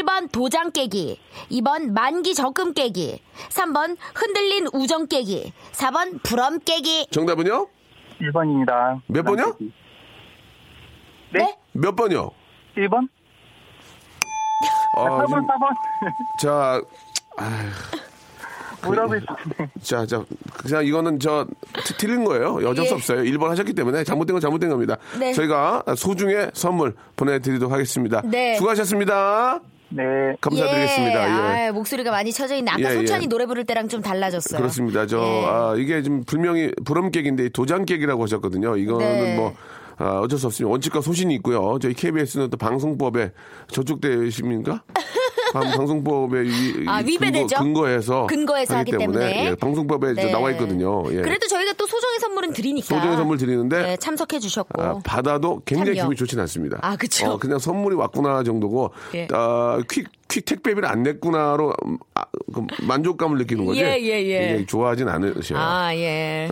S5: 1번 도장 깨기, 2번 만기 적금 깨기, 3번 흔들린 우정 깨기, 4번 부럼 깨기.
S2: 정답은요?
S6: 1번입니다.
S2: 몇 번이요?
S6: 네?
S2: 몇 번이요?
S6: 1번? 네,
S3: 네,
S2: 아,
S6: 4번,
S2: 좀,
S6: 4번.
S2: 자, 그
S6: 뭐라고 했었는데.
S2: 자, 자, 그냥 이거는 저 트- 틀린 거예요. 어쩔 수
S5: 예.
S2: 없어요. 1번 하셨기 때문에 잘못된 건 잘못된 겁니다.
S5: 네.
S2: 저희가 소중의 선물 보내드리도록 하겠습니다.
S5: 네.
S2: 수고하셨습니다.
S6: 네.
S2: 감사드리겠습니다. 예.
S5: 아유, 목소리가 많이 쳐져 있네. 아까
S2: 예,
S5: 소찬이
S2: 예.
S5: 노래 부를 때랑 좀 달라졌어요.
S2: 그렇습니다. 저,
S5: 예.
S2: 아, 이게 지금 불명이 부럼객인데 도장객이라고 하셨거든요. 이거는
S5: 네.
S2: 뭐, 아, 어쩔 수 없습니다. 원칙과 소신이 있고요. 저희 KBS는 또 방송법에
S5: (laughs)
S2: 저쪽되십니까? 방송법에 이,
S5: 아, 위배되죠?
S2: 근거, 해서 예,
S5: 근거해서 하기 때문에.
S2: 방송법에 저
S5: 네.
S2: 나와 있거든요. 예.
S5: 그래도 저희가 또 소정의 선물은 드리니까.
S2: 소정의 선물 드리는데
S5: 네, 참석해 주셨고.
S2: 아, 받아도 굉장히
S5: 참여.
S2: 기분이 좋진 않습니다.
S5: 아, 그쵸.
S2: 어, 그냥 선물이 왔구나 정도고,
S5: 예.
S2: 아, 퀵, 퀵 택배비를 안 냈구나로 음, 아, 그 만족감을 느끼는 거지.
S5: 예, 예, 예.
S2: 굉장히 좋아하진 않으셔요.
S5: 아,
S2: (laughs)
S5: 예.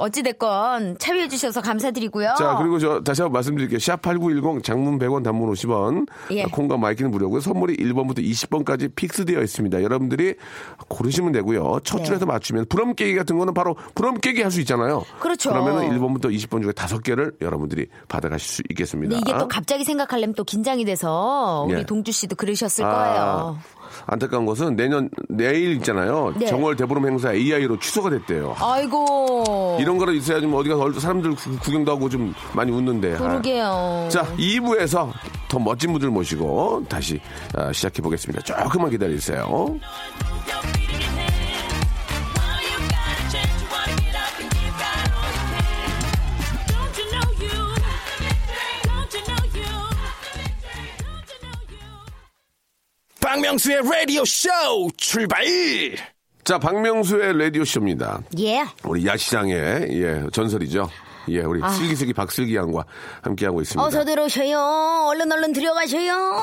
S5: 어찌됐건 참여해주셔서 감사드리고요.
S2: 자, 그리고 저 다시 한번 말씀드릴게요. 샵8910 장문 100원 단문 50원. 아,
S5: 예.
S2: 콩과 마이키는 무료고요. 선물이 1번부터 20번까지 픽스되어 있습니다. 여러분들이 고르시면 되고요. 첫
S5: 네.
S2: 줄에서 맞추면 부럼 깨기 같은 거는 바로 부럼 깨기 할 수 있잖아요.
S5: 그렇죠.
S2: 그러면은 1번부터 20번 중에 다섯 개를 여러분들이 받아 가실 수 있겠습니다.
S5: 근데 이게 또 갑자기 생각하려면 또 긴장이 돼서 우리
S2: 아. 예.
S5: 동주 씨도 그러셨을
S2: 아,
S5: 거예요.
S2: 안타까운 것은 내년 내일 있잖아요.
S5: 네. 어.
S2: 정월 대보름 행사 AI로 취소가 됐대요.
S5: 아이고.
S2: 이런 거로 있어야 좀 어디 가서 사람들 구- 구경도 하고 좀 많이 웃는데. 아.
S5: 그러게요.
S2: 자, 2부에서 더 멋진 분들 모시고 다시 아, 시작해 보겠습니다. 조금만 기다리세요.
S1: 박명수의 라디오 쇼 출발!
S2: 자, 박명수의 라디오 쇼입니다.
S5: 예.
S2: 우리 야시장의 예, 전설이죠. 예, 우리 슬기슬기 박슬기 양과 함께 하고 있습니다.
S5: 아. 어서 들어오셔요. 얼른 얼른 들어가셔요.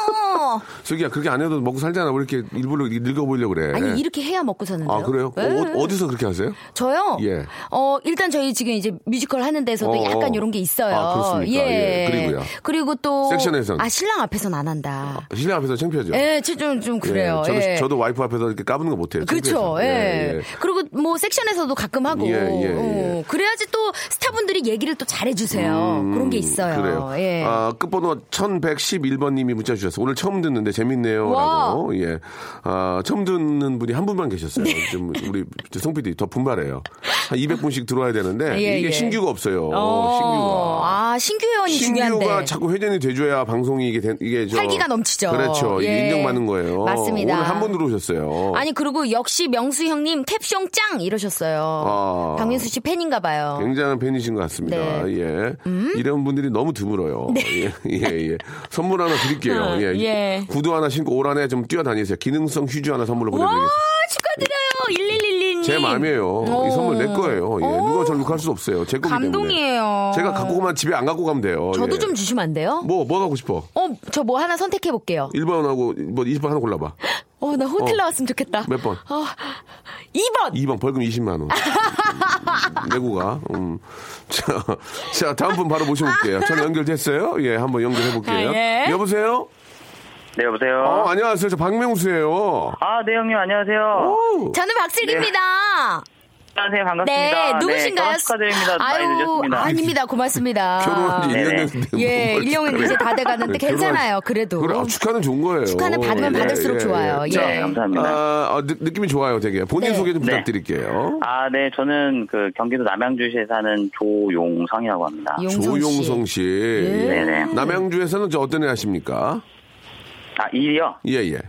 S2: 슬기야, 그렇게 안 해도 먹고 살잖아. 왜 이렇게 일부러 늙어 보이려고
S5: (laughs)
S2: 그래?
S5: 아니 이렇게 해야 먹고 사는데요.
S2: 예. 아, 그래요?
S5: 예.
S2: 어, 디서 그렇게 하세요?
S5: 저요?
S2: 예.
S5: 어, 일단 저희 지금 이제 뮤지컬 하는 데서도
S2: 어,
S5: 약간
S2: 어.
S5: 이런 게 있어요.
S2: 아, 그렇습니까? 예, 그리고요?
S5: 그리고 또.
S2: 섹션에선?
S5: 아, 신랑 앞에선 안 한다.
S2: 신랑 앞에서 창피하죠?
S5: 예, 저 좀, 좀 그래요.
S2: 저는,
S5: 예.
S2: 저도 와이프 앞에서 이렇게 까부는 거 못해요.
S5: 그렇죠.
S2: 창피해서.
S5: 예,
S2: 예, 예.
S5: 그리고 뭐 섹션에서도 가끔 하고.
S2: 예, 예,
S5: 어, 그래야지 또 스타분들이 얘기를 또 잘해주세요. 그런 게 있어요.
S2: 음, 그래요.
S5: 예.
S2: 아, 끝번호 1111번님이 문자 주셨어요. 오늘 처음 듣는데 재밌네요.
S5: 와.
S2: 라고. 예. 아, 처음 듣는 분이 한 분만 계셨어요.
S5: 네.
S2: 좀 우리 송 PD 더 분발해요. 한 200분씩 들어와야 되는데
S5: 예,
S2: 이게
S5: 예.
S2: 신규가 없어요.
S5: 어,
S2: 신규가.
S5: 아, 신규 회원이
S2: 신규가
S5: 중요한데.
S2: 자꾸 회전이 돼줘야 방송이 이게, 된- 이게 저-
S5: 활기가 넘치죠.
S2: 그렇죠. 이게
S5: 예.
S2: 인정받는 거예요.
S5: 맞습니다.
S2: 오늘 한 분 들어오셨어요.
S5: 아니 그리고 역시 명수 형님 캡숑 짱 이러셨어요.
S2: 아.
S5: 박민수 씨 팬인가 봐요.
S2: 굉장한 팬이신 것 같습니다.
S5: 어? 네.
S2: 예. 이런 분들이 너무 드물어요. 예, 예, 예. 선물 하나 드릴게요. 예.
S5: 예.
S2: 구두 하나 신고 올 한해 좀 뛰어다니세요. 기능성 휴지 하나 선물로
S5: 와
S2: 보내드리겠습니다.
S5: 축하드려요 1111님. 어,
S2: 제 마음이에요. 이 선물 내 거예요. 예.
S5: 오.
S2: 누가 저를 욕할 수 없어요. 제 거기
S5: 어. 감동이에요.
S2: 때문에. 제가 갖고 가면 집에 안 갖고 가면 돼요.
S5: 저도
S2: 예.
S5: 좀 주시면 안 돼요?
S2: 뭐, 뭐 갖고 싶어?
S5: 어, 저 뭐 하나 선택해 볼게요.
S2: 1번하고 뭐 20번 하나 골라봐.
S5: 어, 나 호텔
S2: 어.
S5: 나왔으면 좋겠다.
S2: 몇 번?
S5: 어, 2번.
S2: 2번 벌금 20만
S5: (laughs)
S2: 원. 음, 내고 가. 음. 자, 자, 다음 분 바로 모셔볼게요. 전화 연결됐어요? 예, 한번 연결해볼게요.
S5: 아, 예.
S2: 여보세요?
S3: 네, 여보세요.
S2: 어, 안녕하세요. 저 박명수예요.
S3: 아, 네, 형님, 안녕하세요.
S2: 오.
S5: 저는 박슬기입니다.
S3: 안녕하세요.
S5: 네,
S3: 반갑습니다.
S5: 누구신가요?
S3: 결혼 축하드립니다. 많이
S5: 아유,
S3: 늦었습니다.
S5: 아닙니다. 고맙습니다.
S2: (laughs) 결혼한 지 1년 뭐
S3: 네네.
S2: 됐는데.
S5: 예,
S2: 뭘
S5: 1년은
S2: 축하를
S5: 이제 다
S2: 해요. (laughs)
S5: 돼가는데 괜찮아요, 그래도.
S2: 그래, 아, 축하는 좋은 거예요.
S5: 축하는 받으면 받을수록 좋아요. 예.
S2: 자,
S3: 네, 감사합니다.
S2: 아, 아, 느, 낌이 좋아요, 되게. 본인
S5: 네.
S2: 소개 좀
S3: 네.
S2: 부탁드릴게요.
S3: 아, 네, 저는 그 경기도 남양주시에 사는 조용성이라고 합니다.
S5: 용성 씨.
S2: 아,
S5: 예.
S2: 조용성 씨. 예.
S3: 네네.
S2: 남양주에서는 저 어떤 애 하십니까?
S3: 아, 일이요?
S2: 예, 예.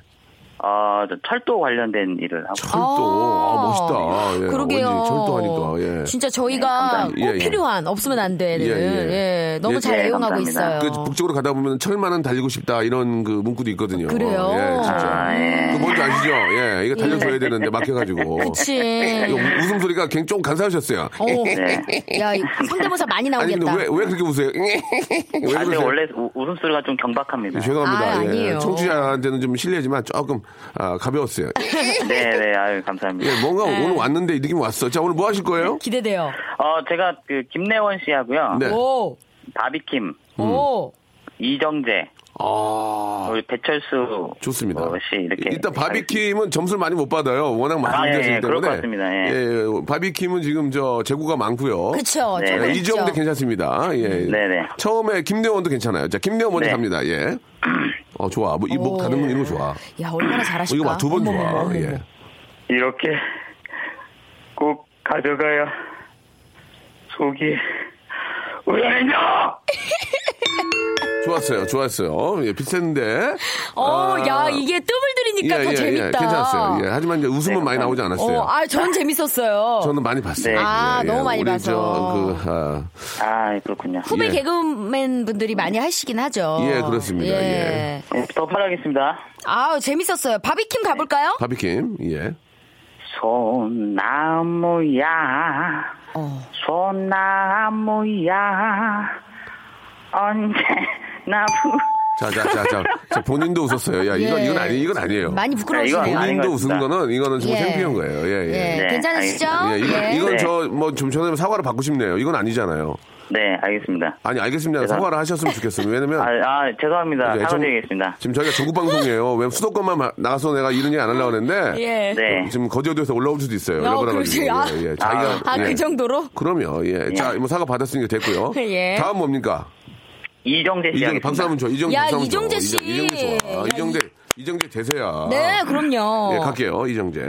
S3: 어, 저 철도 관련된 일을 하고.
S2: 철도. 아, 멋있다. 예.
S5: 그러게요.
S2: 왠지 철도하니까. 예.
S5: 진짜 저희가
S2: 네,
S5: 꼭
S2: 감사합니다. 예, 예.
S5: 필요한 없으면 안 되는.
S2: 예,
S5: 예,
S2: 예.
S5: 너무
S2: 예,
S5: 잘
S3: 예,
S5: 애용하고
S3: 감사합니다.
S5: 있어요.
S2: 그 북쪽으로 가다 보면 철만은 달리고 싶다 이런 그 문구도 있거든요.
S5: 그래요?
S2: 예, 진짜.
S3: 아, 예.
S2: 그 뭔지 아시죠? 예, 이거 달려줘야 되는데 막혀가지고.
S5: (laughs) 그치.
S2: 이거 웃음 소리가 굉장히 좀 간사하셨어요.
S5: 어,
S3: 네.
S5: 야, 이 성대모사 많이
S2: 아니 근데
S5: 나오겠다.
S2: 왜, 왜 그렇게 웃어요? (laughs) 왜
S3: 아, 근데
S2: 그러세요?
S3: 원래 우- 웃음소리가 좀 경박합니다.
S2: 죄송합니다.
S5: 아, 아니에요.
S2: 예, 청취자한테는 좀 실례지만 조금 아, 가벼웠어요.
S3: 네, 네, 아유, 감사합니다.
S2: 예, 뭔가
S5: 네.
S2: 오늘 왔는데 이 느낌 왔어. 자 오늘 뭐 하실 거예요?
S5: 기대돼요.
S3: 어, 제가 그 김래원 씨하고요.
S2: 네.
S5: 오,
S3: 바비킴,
S5: 오.
S3: 이정재,
S2: 아,
S3: 우리 배철수
S2: 좋습니다.
S3: 어, 씨 이렇게
S2: 일단 바비킴은 점수를 많이 못 받아요. 워낙 많이
S3: 아, 예,
S2: 문제였기 때문에.
S3: 예, 그럴 것 같습니다. 예.
S2: 예, 바비킴은 지금 저 재고가 많고요.
S5: 그쵸. 그렇죠.
S3: 네,
S5: 죠
S3: 네.
S2: 예, 이정도 괜찮습니다. 예.
S3: 음, 네네.
S2: 처음에 김대원도 괜찮아요. 자, 김대원 먼저
S3: 네.
S2: 갑니다. 예. 어, 좋아. 뭐, 이목 다는 거 이런 거 좋아. 어,
S5: 야, 얼마나 잘하실까.
S2: 이거 봐, 두 번 좋아.
S5: 어머머머.
S2: 예.
S3: 아, 이렇게 꼭 가져가야 속이 우연이냐?
S2: 좋았어요. 좋았어요. 예, 비슷했는데.
S5: 어,
S2: 아, 예,
S5: 야, 이게 뜸을 들이니까 그러니까 더 재밌다.
S2: 괜찮았어요. 예. 하지만 이제 웃음은
S3: 네,
S2: 많이 나오지 않았어요.
S5: 어, 아, 전 재밌었어요.
S2: 저는 많이 봤어요. 예,
S3: 네.
S5: 아, 너무 많이
S2: 우리
S5: 봐서.
S2: 저, 그, 아,
S3: 아 그렇군요.
S5: 후배
S2: 예.
S5: 개그맨 분들이 많이 하시긴 하죠.
S2: 예, 그렇습니다. 예.
S3: 네, 더 팔하겠습니다.
S5: 아우, 재밌었어요. 바비킴 가볼까요?
S2: 바비킴. 예.
S3: 소나무야,
S5: 어.
S3: 소나무야, 언제나 부.
S2: 자, 자, 자, 자. 자, 본인도 웃었어요. 야, 이건,
S5: 예.
S2: 이건 아니, 이건 아니에요.
S5: 많이
S3: 야, 이건
S5: 부끄러우시네요.
S3: 아니- 아닌
S2: 본인도
S3: 것
S2: 웃은
S3: 같습니다.
S2: 거는, 이거는 좀
S5: 예.
S2: 창피한 거예요. 예, 예.
S5: 예,
S3: 네,
S5: 괜찮으시죠?
S2: 예, 이건,
S5: 예.
S2: 이건
S3: 네.
S2: 저, 뭐, 좀 전에 사과를 받고 싶네요. 이건 아니잖아요.
S3: 네, 알겠습니다.
S2: 아니, 알겠습니다.
S3: 죄송-
S2: 사과를 하셨으면 좋겠어요. 왜냐면.
S3: 아, 아 죄송합니다.
S2: 이제 좀-
S3: 사과드리겠습니다.
S2: 지금 저희가 전국 방송이에요. 왜 수도권만 마- 나가서 내가 이런 얘기 안 하려고 했는데.
S5: 예.
S3: 네.
S2: 어, 지금 거제도에서 올라올 수도 있어요.
S5: 어,
S2: 열받아가지고.
S5: 그러세요?
S2: 예, 예. 자기가.
S5: 아,
S2: 예.
S5: 그 정도로?
S2: 그럼요. 예. 자, 뭐 사과 받았으니까 됐고요.
S5: (laughs) 예.
S2: 다음 뭡니까?
S3: 이정재 씨
S2: 이정재
S3: 하겠습니다.
S2: 박수 한번 줘. 이정재
S5: 야,
S2: 박수 한번
S5: 이정재 씨.
S2: 줘. 이정- 이정재 좋아.
S5: 야,
S2: 이정재 이정재 대세야.
S5: 네, 그럼요.
S2: 아. 예, 갈게요. 이정재.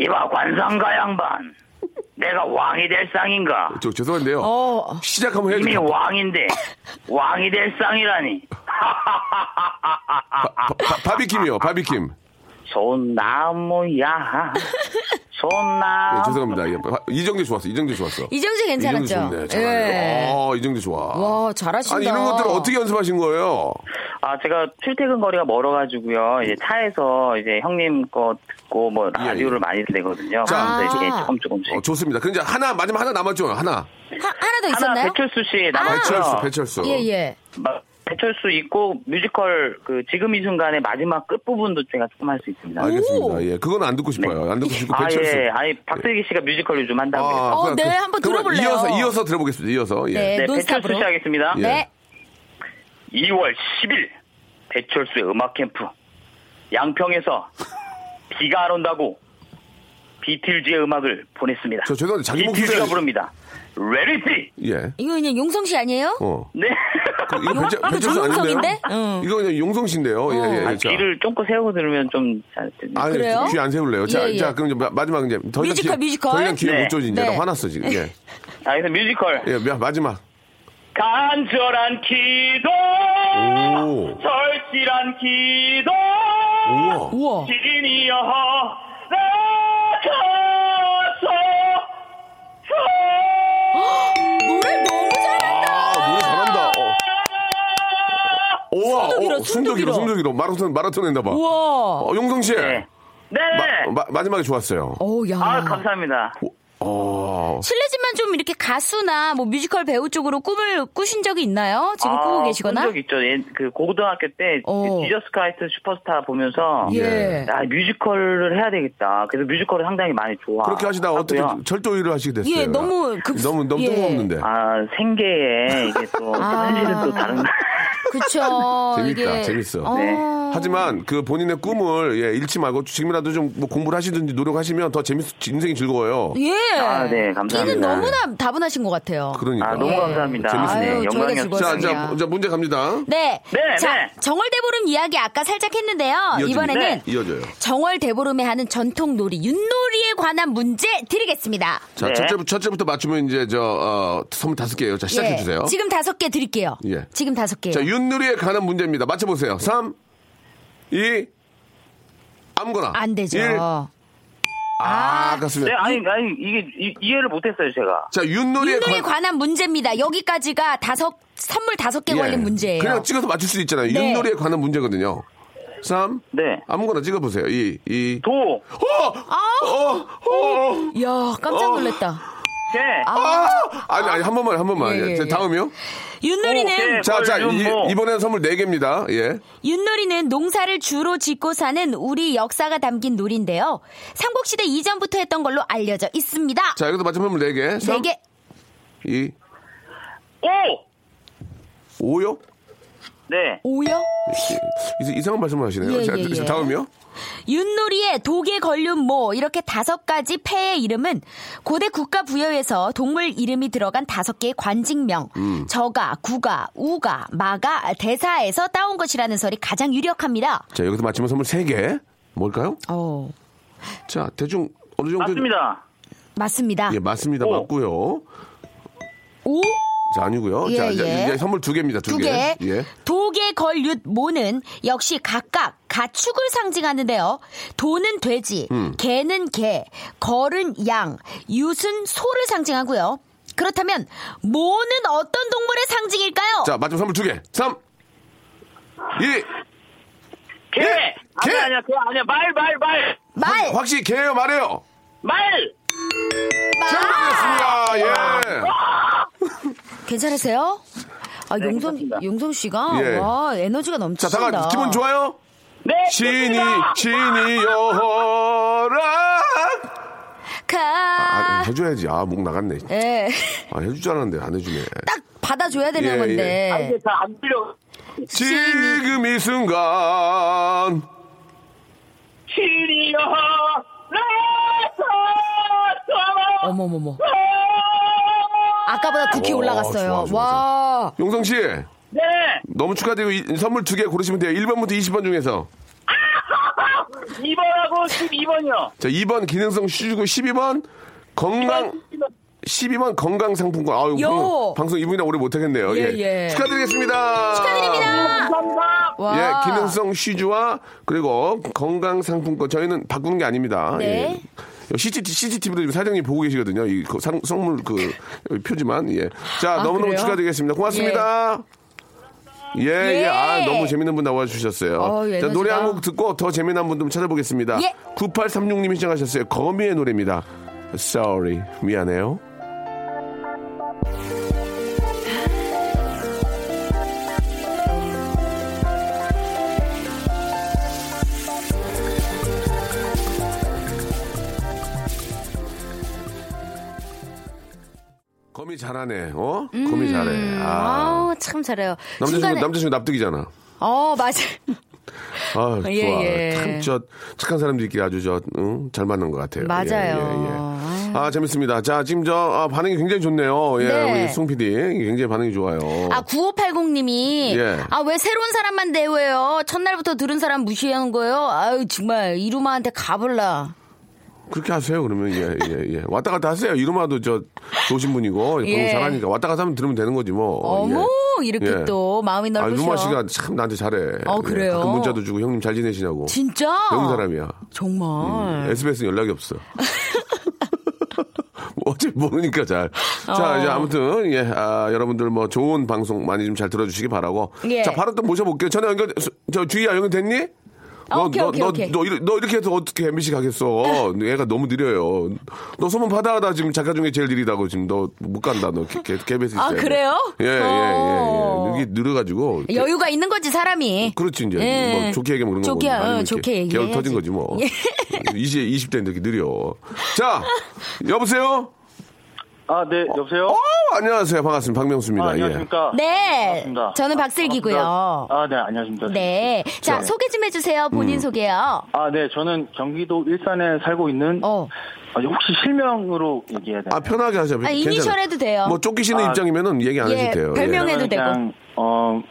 S3: 이봐 관상가 양반, 내가 왕이 될 상인가?
S2: 저 죄송한데요.
S5: 어.
S2: 시작 한번
S3: 이미
S2: 해야죠.
S3: 왕인데 왕이 될 상이라니.
S2: 바, 바, 바비킴이요. 바비킴. 예,
S3: 소나무야, 소나무.
S2: 예, 죄송합니다. 예, 바- 이정재 좋았어. 이정재 좋았어.
S5: 아. 이정재
S2: 이정재
S5: 괜찮았죠? 예.
S2: 좋네. 잘하네. 어, 이정재 좋아.
S5: 와, 잘하신다.
S2: 아니 이런 것들을 어떻게 연습하신 거예요?
S3: 아, 제가 출퇴근 거리가 멀어가지고요. 이제 차에서 이제 형님 거 듣고 뭐
S2: 예,
S3: 라디오를
S2: 예.
S3: 많이 들거든요.
S2: 자,
S3: 그래서 이게
S5: 아.
S3: 조금 조금씩.
S2: 어, 좋습니다. 근데 이제 하나 마지막 하나 남았죠. 하나.
S5: 하, 하나 더
S3: 하나
S5: 있었나요?
S3: 배철수 씨 나와서
S2: 아, 배철수, 배철수.
S5: 예, 예.
S3: 막 배철수 있고 뮤지컬 그 지금 이 순간의 마지막 끝 부분도 제가 조금 할 수 있습니다.
S2: 알겠습니다. 예, 그건 안 듣고 싶어요. 안 듣고 싶고
S3: 네. 아
S2: 그 배철수.
S3: 예, 아니 박슬기 씨가 뮤지컬 요즘 한다고. 해서.
S5: 어,
S2: 그럼
S5: 네,
S2: 그-
S5: 한번
S2: 그러면
S5: 들어볼래요?
S2: 이어서 이어서 들어보겠습니다. 이어서. 예.
S5: 네,
S3: 네, 배철수
S5: 논스톱으로.
S3: 씨 하겠습니다.
S2: 예.
S5: 네.
S3: 2월 10일 배철수의 음악 캠프 양평에서 비가 안 온다고 비틀즈의 음악을 보냈습니다.
S2: 저 죄송한데 자기
S3: 비틀즈가
S2: 목소리가-
S3: 부릅니다. 레리티.
S2: 예.
S5: 이거 그냥 용성 씨 아니에요?
S2: 어.
S3: 네.
S2: 그, 이거
S5: 용-
S2: 배철,
S5: 이거
S2: 배철수 아닌데요?
S5: 정우성인데? 응.
S2: 이거 그냥 용성 씨인데요. 예, 예,
S3: 아,
S2: 예. 자.
S3: (laughs) 귀를 쫑긋 세우고 들으면 좀 잘. 들리죠.
S2: 아니, 예,
S5: 그래요?
S2: 귀안 세울래요. 자,
S5: 예, 예.
S2: 자, 그럼 이제 마- 마지막 이제 더 이상
S5: 뮤지컬,
S2: 귀,
S5: 뮤지컬.
S2: 더 이상 귀에
S3: 네.
S2: 못 조지 이제
S5: 네.
S2: 나 화났어 지금. 예,
S3: 아, 그래서 뮤지컬.
S2: 예, 마- 마지막.
S3: 간절한 기도,
S2: 오.
S3: 절실한 기도,
S2: 우와.
S5: 우와.
S3: 진이여 나가서
S5: 노래 너무 잘한다.
S2: 아, 노래 잘한다. 어. 우와,
S5: 숨도 길어,
S2: 어, 숨도 길어, 숨도 길어. 마라톤, 마라톤 했나 봐.
S5: 우와.
S2: 어, 용성 씨.
S3: 네. 네.
S2: 마, 지막에 좋았어요.
S5: 오, 야.
S3: 아, 감사합니다.
S2: 어.
S5: 실례지만 좀 이렇게 가수나 뭐 뮤지컬 배우 쪽으로 꿈을 꾸신 적이 있나요? 지금 꾸고
S3: 아,
S5: 계시거나?
S3: 본적 있죠. 예, 그 고등학교 때
S5: 어.
S3: 지저스 카이트 슈퍼스타 보면서
S5: 예.
S3: 아, 뮤지컬을 해야 되겠다. 그래서 뮤지컬을 상당히 많이 좋아.
S2: 그렇게 하시다 어떻게
S3: 하고요.
S2: 철도 일을 하시게 됐어요?
S5: 예, 너무 급-
S2: 너무 너무
S5: 예.
S2: 뜬금없는데.
S3: 아, 생계에 이게 또
S5: 아.
S3: 현실은 또 다른
S5: 그쵸.
S2: (laughs) 재밌다,
S5: 이게...
S2: 재밌어.
S5: 어.
S3: 네.
S2: 하지만 그 본인의 꿈을 예, 잃지 말고 지금이라도 좀 뭐 공부를 하시든지 노력하시면 더 재밌 인생이 즐거워요.
S5: 예.
S3: 아, 네, 감사합니다.
S5: 끼는 너무나 다분하신 것 같아요.
S2: 그러니까.
S3: 아, 너무 감사합니다.
S2: 재밌습니다.
S5: 아유, 저희가
S3: 네,
S2: 자,
S5: 즐거웠습니다.
S3: 영광이었습니다.
S2: 자, 자, 문제 갑니다.
S5: 네.
S3: 네,
S5: 자,
S3: 네.
S5: 정월대보름 이야기 아까 살짝 했는데요.
S2: 이어집니다.
S5: 이번에는
S2: 이어져요.
S5: 정월대보름에 하는 전통놀이, 윷놀이에 관한 문제 드리겠습니다.
S2: 자,
S3: 네.
S2: 첫째, 첫째부터 맞추면 이제 저 어, 선물 다섯 개예요. 자, 시작해
S5: 예,
S2: 주세요.
S5: 지금 다섯 개 드릴게요.
S2: 예.
S5: 지금 다섯 개.
S2: 자, 윷놀이에 관한 문제입니다. 맞춰 보세요. 3 2 아무거나.
S5: 안 되죠.
S2: 1. 아,
S3: 네,
S2: 아깝습니다.
S3: 아니, 아니, 이게 이, 이해를 못했어요, 제가.
S2: 자, 윷놀이에
S5: 윷놀이에
S2: 관-
S5: 관한 문제입니다. 여기까지가 다섯 선물 다섯 개
S2: 예.
S5: 걸린 문제예요.
S2: 그냥 찍어서 맞출 수 있잖아요.
S5: 네.
S2: 윷놀이에 관한 문제거든요. 3.
S3: 네.
S2: 아무거나 찍어보세요. 2. 2.
S3: 도,
S5: 아!
S2: 어! 어!
S5: 야, 깜짝 놀랐다.
S3: 개,
S2: 아! 아니, 아니, 한 번만, 한 번만.
S5: 예,
S2: 예,
S5: 예,
S2: 자,
S5: 예.
S2: 다음이요?
S5: 윷놀이는
S3: 오, 네.
S2: 자, 자,
S3: 헐,
S2: 이,
S3: 뭐.
S2: 이번엔 선물 4개입니다. 예.
S5: 윷놀이는 농사를 주로 짓고 사는 우리 역사가 담긴 놀인데요. 삼국시대 이전부터 했던 걸로 알려져 있습니다.
S2: 자, 여기서 맞춤 선물 4개.
S5: 네
S2: 3,
S5: 개.
S2: 2,
S3: 오!
S2: 5요? 예.
S3: 네.
S5: 오요?
S2: 이- 이상한 말씀을 하시네요.
S5: 예,
S2: 자,
S5: 예, 예.
S2: 다음이요.
S5: 윷놀이의 독에 걸린 모 이렇게 다섯 가지 폐의 이름은 고대 국가 부여에서 동물 이름이 들어간 다섯 개의 관직명
S2: 음.
S5: 저가, 구가, 우가, 마가, 대사에서 따온 것이라는 설이 가장 유력합니다.
S2: 자, 여기서 맞히면 선물 세개 뭘까요?
S5: 어
S2: 자, 대충 어느 정도.
S3: 맞습니다.
S5: 맞습니다.
S2: 예, 맞습니다.
S3: 오.
S2: 맞고요.
S5: 오,
S2: 자, 아니고요.
S5: 예,
S2: 자, 이제-
S5: 예.
S2: 이제 선물 두 개입니다. 두,
S5: 두 개.
S2: 예.
S5: 독에 걸윷 모는 역시 각각 가축을 상징하는데요. 도는 돼지,
S2: 음.
S5: 개는 개, 걸은 양, 윷은 소를 상징하고요. 그렇다면 모는 어떤 동물의 상징일까요?
S2: 자, 맞춤 선물 두 개. 삼, 이,
S3: 개!
S2: 예! 개!
S3: 아니야, 아니야, 개 아니야. 말, 말, 말!
S5: 말,
S2: 확실히 개예요, 말해요.
S3: 말!
S2: 정답이었습니다. 예.
S5: 괜찮으세요? 아, 용성
S3: 네, 괜찮습니다.
S5: 용성 씨가
S2: 예.
S5: 와, 에너지가
S2: 자,
S5: 넘치신다.
S2: 다가 기분 좋아요?
S3: 네!
S2: 신이
S3: 좋습니다.
S2: 신이 여라. 아,
S5: 가.
S2: 해줘야지. 아, 목 나갔네.
S5: 예.
S2: 아, 해줄 줄 알았는데 안 해주네.
S5: 딱 받아줘야 되는
S2: 예,
S5: 건데.
S3: 아, 이제 잘안 들려.
S2: 지금 이 순간
S3: 신이여! 라사사!
S5: 어머머머. 아까보다 두키
S2: 오,
S5: 올라갔어요.
S2: 좋아, 좋아,
S5: 와.
S2: 용성 씨
S3: 네!
S2: 너무 축하드리고 이- 선물 두 개 고르시면 돼요. 1번부터 20번 중에서.
S3: 2번하고 12번이요.
S2: 자, 2번 기능성 슈즈고 12번 건강 12번 건강 상품권. 아유, 뭐
S5: 요.
S2: 방송, 방송 이분이나 오래 못 하겠네요.
S5: 예, 예.
S2: 축하드리겠습니다.
S5: 축하드립니다.
S3: 감사합니다.
S5: 와.
S2: 예, 기능성 슈즈와 그리고 건강 상품권 저희는 바꾸는 게 아닙니다.
S5: 네.
S2: 예. CCTV도 사장님 보고 계시거든요. 이 그 상, 선물 그 표지만. 예. 자,
S5: 아,
S2: 너무너무
S5: 그래요?
S2: 축하드리겠습니다. 고맙습니다. 예, 예.
S5: 예.
S2: 아, 너무 재밌는 분 나와주셨어요.
S5: 어우,
S2: 자,
S5: 에너지가.
S2: 노래 한 곡 듣고 더 재미난 분 좀 찾아보겠습니다.
S5: 예.
S2: 9836님이 시작하셨어요. 거미의 노래입니다. Sorry. 미안해요. 거미 잘하네. 어? 거미 잘해.
S5: 음.
S2: 아.
S5: 아, 참 잘해요.
S2: 남자친구,
S5: 중간에
S2: 남자친구 납득이잖아.
S5: 어, 맞아.
S2: 아,
S5: 예,
S2: 좋아.
S5: 예.
S2: 참, 저, 착한 사람들끼리 아주 저, 응, 잘 맞는 것 같아요.
S5: 맞아요.
S2: 예, 예, 예. 아, 재밌습니다. 자, 지금 저, 아, 반응이 굉장히 좋네요. 예,
S5: 네.
S2: 우리 송 PD. 굉장히 반응이 좋아요.
S5: 아, 9580님이
S2: 어. 예.
S5: 아, 왜 새로운 사람만 대우해요? 첫날부터 들은 사람 무시하는 거예요? 아유, 정말 이루마한테 가볼라.
S2: 그렇게 하세요, 그러면. 예, 예, 예. 왔다 갔다 하세요. 이름마도 저, 좋으신 분이고, 방송
S5: 예.
S2: 잘하니까. 왔다 갔다 하면 들으면 되는 거지, 뭐.
S5: 어머,
S2: 예.
S5: 이렇게
S2: 예.
S5: 또 마음이
S2: 아,
S5: 넓으셔.
S2: 루마 씨가 참 나한테 잘해. 예,
S5: 어, 그래요?
S2: 가끔 문자도 주고, 형님 잘 지내시냐고.
S5: 진짜?
S2: 배운 사람이야. 음,
S5: 정말.
S2: SBS는 연락이 없어. (laughs) 뭐 어차피 모르니까 잘.
S5: 어.
S2: 자, 이제 아무튼, 예, 아, 여러분들 뭐 좋은 방송 많이 좀 잘 들어주시기 바라고.
S5: 예.
S2: 자, 바로 또 모셔볼게요. 전화 연결, 저, 주희야, 연결됐니?
S5: 아, 오케이,
S2: 너,
S5: 오케이,
S2: 너,
S5: 오케이.
S2: 너, 너, 이렇- 너 이렇게 해서 어떻게 MBC 가겠어? 얘가 너무 느려요. 너 소문 받아하다 지금 작가 중에 제일 느리다고 지금 너 못 간다. 너 개, 개, 개스
S5: 아, 그래요?
S2: 예, 예,
S5: 어.
S2: 예, 예. 이게 느려가지고.
S5: 여유가 있는 거지, 사람이.
S2: 그렇지 이제
S5: 예.
S2: 뭐 좋게 얘기하면 그런 거고
S5: 좋게, 어,
S2: 아니면
S5: 좋게
S2: 이렇게
S5: 얘기해야지. 예.
S2: 개울 터진 거지 뭐 (laughs) 이제 20대인데 이렇게 느려
S5: (laughs)
S2: 자 여보세요
S3: 아, 네, 여보세요?
S2: 어 예. 안녕하세요 반갑습니다 박명수입니다
S3: 아, 안녕하십니까?
S5: 네.
S3: 반갑습니다.
S5: 저는 박슬기고요.
S3: 아, 네, 안녕하십니까?
S5: 네. 자, 소개 좀 해주세요.
S2: 음.
S5: 본인 소개요.
S3: 아, 네, 저는 경기도 일산에 살고 있는.
S5: 어.
S3: 아, 혹시 실명으로 얘기해야
S2: 예.
S3: 되나요?
S2: 아 편하게 하셔
S5: 아, 이니셜 해도 돼요.
S2: 뭐 쫓기시는
S3: 아,
S2: 입장이면은 얘기 안
S5: 예,
S2: 하셔도 돼요
S5: 별명
S2: 예.
S5: 해도 되고.
S3: 그냥, 그러니까 어,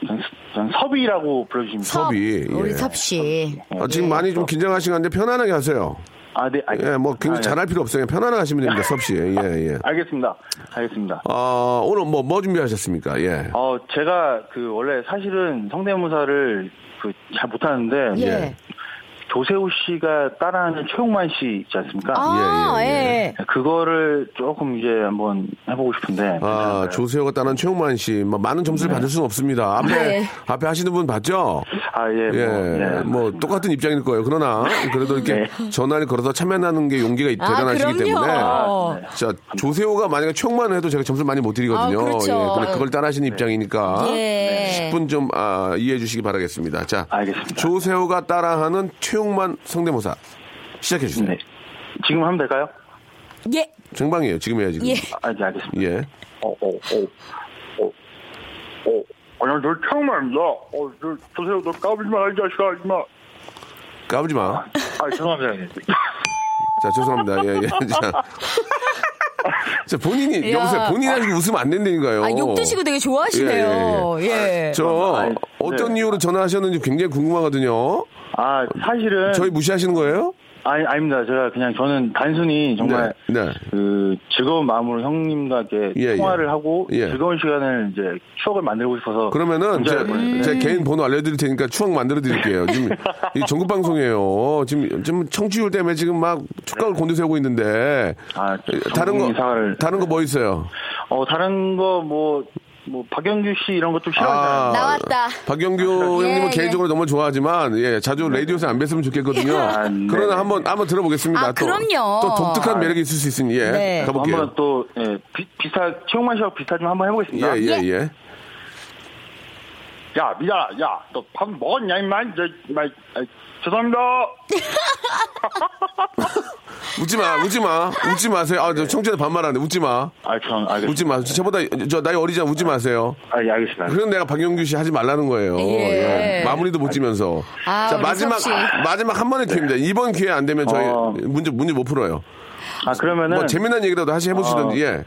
S3: 그냥, 그냥 섭이라고 불러주시면. 네.
S2: 섭. 섭이,
S5: 우리
S2: 예.
S5: 섭씨.
S2: 아, 지금 많이 좀 긴장하신 것 같은데 편안하게 하세요
S3: 아, 네, 예. 알겠습니다.
S2: 예 뭐 굉장히
S3: 아,
S2: 잘할 필요 없어요 그냥 편안하게 하시면 됩니다 섭씨 예예
S3: 알겠습니다. 알겠습니다.
S2: 아 오늘 뭐 뭐 준비하셨습니까 예
S3: 어, 제가 그 원래 사실은 성대모사를 그 잘 못하는데
S5: 예.
S3: 조세호 씨가 따라하는 최홍만 씨 있지 않습니까?
S5: 아,
S2: 예, 예,
S5: 예.
S3: 그거를 조금 이제 한번 해보고 싶은데.
S2: 아,
S3: 네.
S2: 조세호가 따는 최용만 씨, 뭐 많은 점수를 받을 수는 없습니다. 앞에
S5: 네.
S2: 앞에 하시는 분 봤죠?
S3: 아, 예. 뭐,
S2: 예,
S3: 예.
S2: 뭐 똑같은 입장일 거예요. 그러나 그래도 이렇게
S3: 네.
S2: 전화를 걸어서 참여하는 게 용기가
S5: 아,
S2: 대단하시기 때문에 어?
S5: 그럼요.
S2: 자 조세호가 만약에 총만 해도 제가 점수를 많이 못 드리거든요. 예,
S5: 아, 그렇죠.
S2: 근데 그걸
S3: 네.
S2: 따라하시는 입장이니까
S5: 예.
S2: 10분 좀 아, 이해해 주시기 바라겠습니다. 자,
S3: 알겠습니다.
S2: 조세호가 따라하는 최용만 성대모사 시작해 주세요.
S3: 네. 지금 하면 될까요?
S5: 예.
S2: 생방이에요. 지금 해야지.
S5: 예.
S3: 어, 아, 네, 알겠습니다.
S2: 예.
S3: 어, 어, 어, 어, 어,
S6: 안녕하세요, 창만입니다. 어, 저, 보세요, 너 까불지 마, 이 자식아, 하지 마.
S2: 까불지 마.
S6: 아, 죄송합니다, 형님.
S2: 자, 죄송합니다. 예, (laughs) 예. 자. 자,
S5: 야.
S2: 본인이, 여보세요. 본인이 아직 웃으면 안 된다니까요.
S5: 아, 욕 드시고 되게 좋아하시네요. 예.
S2: 저,
S3: 아니,
S2: 어떤
S3: 네.
S2: 이유로 전화하셨는지 굉장히 궁금하거든요.
S3: 아, 사실은.
S2: 저희 무시하시는 거예요?
S3: 아니, 아닙니다. 제가 그냥 저는 단순히 정말.
S2: 네, 네.
S3: 그 즐거운 마음으로 형님과 이렇게
S2: 예,
S3: 통화를
S2: 예.
S3: 하고
S2: 예.
S3: 즐거운 시간을 이제 추억을 만들고 싶어서
S2: 그러면은 제, 음.
S3: 문자를 보냈어요.
S5: 음.
S2: 제 개인 번호 알려드릴 테니까 추억 만들어 드릴게요. 지금 이 전국 방송이에요. 지금 지금 청취율 때문에 지금 막 촉각을 곤두세우고 있는데
S3: 네. 아, 저
S2: 다른 거
S3: 전국 이사를-
S2: 다른 거 뭐 있어요?
S3: 어 다른 거 뭐 뭐 박영규 씨 이런 것도 싫어하잖아요.
S5: 나왔다.
S2: 박영규
S5: 예,
S2: 형님은
S5: 예.
S2: 개인적으로 너무 좋아하지만 예 자주 라디오에서 안 뵀으면 좋겠거든요.
S3: 네. 아, 네.
S2: 그러나 한번 한번
S5: 아,
S2: 들어보겠습니다. 또,
S5: 그럼요.
S2: 또 독특한 매력이 있을 수 있으니 예
S5: 네.
S2: 가볼게요.
S3: 한번 또 예, 비, 비슷한 최용만 씨하고 비슷한 좀 한번 해보겠습니다.
S2: 예예 예, 예.
S6: 야, 미야, 야, 너 밥 먹었냐, 임마? 이제, 임마, 아, 죄송합니다.
S2: 웃지 마 웃지 마 웃지 마세요. 아저 청취자 반말하네 웃지 마
S3: 아, 전 알겠습니다.
S2: 웃지 마 저보다 저 나이 어리잖아 웃지 마세요.
S3: 아, 예, 알겠습니다.
S2: 그럼 내가 박영규 씨 하지 말라는 거예요.
S5: 예.
S2: 예. 마무리도 못 지면서.
S5: 아,
S2: 자,
S5: 우리
S2: 마지막,
S5: 섭씨.
S2: 마지막 한 번의 기회입니다. 이번 기회 안 되면 저희
S3: 어.
S2: 문제, 문제 못 풀어요.
S3: 아, 그러면은
S2: 뭐 재미난 얘기라도 다시 해보시던,
S3: 어.
S2: 예.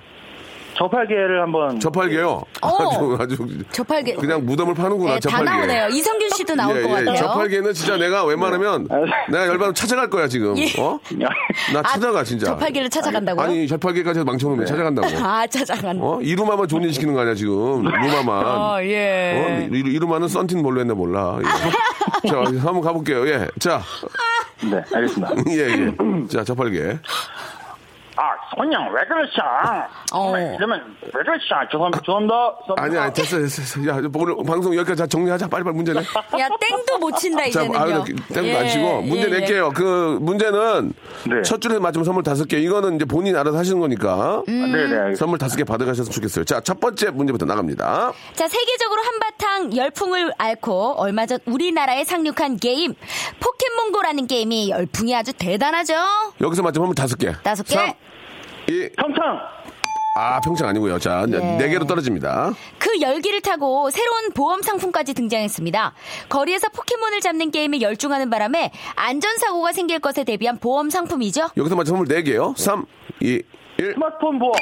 S3: 저팔계를 (laughs) 한번
S2: 저팔계요.
S5: 어.
S2: (laughs) 아주, 아주.
S5: 저팔계.
S2: 그냥 무덤을 파는구나,
S5: 예, 다
S2: 저팔계.
S5: 나오네요. 이성균 씨도 나올
S2: 예,
S5: 것
S2: 예.
S5: 같아요.
S2: 저팔계는 진짜 내가 웬만하면
S3: 아.
S2: 내가 열받으면 찾아갈 거야, 지금.
S5: 예.
S2: 어? 나 찾아가, 진짜.
S5: 저팔계를 찾아간다고요?
S2: 아니, 저팔계까지 망쳐놓으면 찾아간다고.
S5: 아, 찾아간.
S2: 어? 이루마만 존인시키는 거 아니야, 지금. 루마만.
S5: (laughs) 어,
S2: 어?
S5: 예.
S2: 이루, 이루마는 썬틴 뭘로 했나 몰라.
S5: (laughs)
S2: 예. 자, 한번 가볼게요. 예. 자, (laughs)
S3: 네, 알겠습니다.
S2: 예, 예. 자, 저팔계.
S6: 아, 손양, 왜 그러셔?
S5: 어.
S6: 이러면, 왜 그러셔? 죄송합니다, 죄송합니다.
S2: 아니, 아니, 됐어, 됐어. 됐어. 야, 오늘 방송 여기까지 다 정리하자. 빨리빨리 문제 내.
S5: 야, 땡도 못 친다,
S2: 자,
S5: 이제는요.
S2: 아유, 땡도 안 치고. 문제
S5: 예, 예.
S2: 낼게요. 그, 문제는
S3: 네.
S2: 첫 줄에 맞으면 선물 다섯 개. 이거는 이제 본인 알아서 하시는 거니까.
S3: 네, 네, 알겠습니다.
S2: 선물 다섯 개 받아가셨으면 좋겠어요. 자, 첫 번째 문제부터 나갑니다.
S5: 자, 세계적으로 한바탕 열풍을 앓고 얼마 전 우리나라에 상륙한 게임 포켓몬고라는 게임이 열풍이 아주 대단하죠.
S2: 여기서 맞으면 선물 다섯 개.
S5: 다섯 개.
S2: 삼, 이,
S3: 평창
S2: 아, 평창 아니고요. 자,
S5: 예.
S2: 네 개로 떨어집니다.
S5: 그 열기를 타고 새로운 보험 상품까지 등장했습니다. 거리에서 포켓몬을 잡는 게임에 열중하는 바람에 안전사고가 생길 것에 대비한 보험 상품이죠.
S2: 여기서 맞으면 선물 네개요 3, 2, 1.
S3: 스마트폰 보험.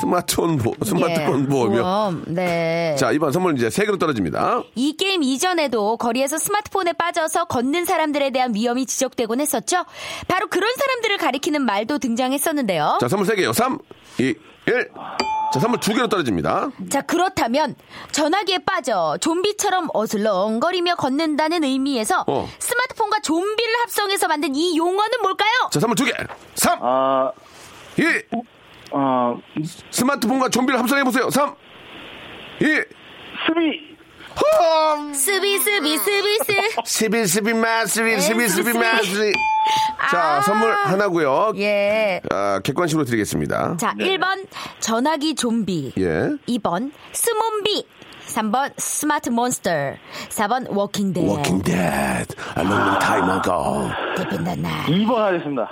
S2: 스마트폰 보, 스마트폰
S5: 예,
S2: 보험이요.
S5: 보험. 네.
S2: 자, 이번 선물 이제 세 개로 떨어집니다.
S5: 이 게임 이전에도 거리에서 스마트폰에 빠져서 걷는 사람들에 대한 위험이 지적되곤 했었죠. 바로 그런 사람들을 가리키는 말도 등장했었는데요.
S2: 자, 선물 세 개요. 3, 2, 1. 자, 선물 두 개로 떨어집니다.
S5: 자, 그렇다면 전화기에 빠져 좀비처럼 어슬렁거리며 걷는다는 의미에서
S2: 어.
S5: 스마트폰과 좀비를 합성해서 만든 이 용어는 뭘까요?
S2: 자, 선물 두 개. 3,
S3: 아,
S2: 2.
S3: 어,
S2: 스마트폰과 좀비를 합성해보세요. 3, 2.
S3: 수비
S5: 스비스비 스비스.
S2: 스비, 스비, 마, 스비, 스비, 스비, 마, 스비.
S5: 네,
S2: 자,
S5: 아.
S2: 선물 하나고요
S5: 예.
S2: 아, 객관식으로 드리겠습니다.
S5: 자, 1번 전화기 좀비.
S2: 예.
S5: 2번 스몬비. 3번 스마트 몬스터. 4번 워킹데이.
S2: Walking Dead. A long time ago.
S5: 대빈다 나.
S3: 2번 하겠습니다.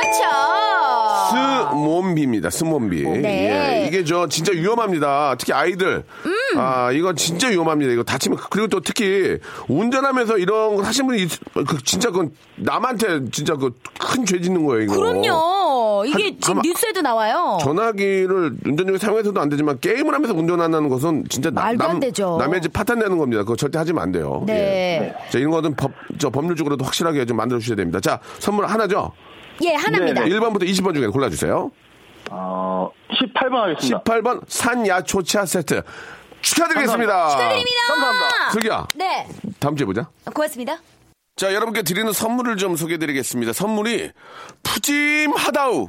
S5: 그렇죠.
S2: 스몬비입니다. 스몬비.
S5: 네.
S2: 예, 이게 저 진짜 위험합니다. 특히 아이들.
S5: 음.
S2: 아, 이건 진짜 위험합니다. 이거 다치면 그리고 또 특히 운전하면서 이런 걸 하신 분이 있- 그 진짜 그건 남한테 진짜 그 큰 죄 짓는 거예요, 이거.
S5: 그럼요. 이게
S2: 한-
S5: 지금
S2: 아마-
S5: 뉴스에도 나와요.
S2: 전화기를 운전 중에 사용해서도 안 되지만 게임을 하면서 운전하는 것은 진짜 나-
S5: 말도 안
S2: 남,
S5: 되죠.
S2: 남의 집 파탄 내는 겁니다. 그거 절대 하시면 안 돼요.
S5: 네.
S2: 예. 자, 이런 거는 법, 저 법률적으로도 확실하게 좀 만들어 주셔야 됩니다. 자, 선물 하나죠?
S5: 예, 하나입니다.
S2: 1번부터 20번 중에 골라주세요.
S3: 어, 18번 하겠습니다.
S2: 18번 산야초차 세트 축하드리겠습니다.
S5: 축하드립니다.
S2: 슬기야
S5: 네.
S2: 다음 주에 보자.
S5: 고맙습니다.
S2: 자 여러분께 드리는 선물을 좀 소개해드리겠습니다. 선물이 푸짐하다우.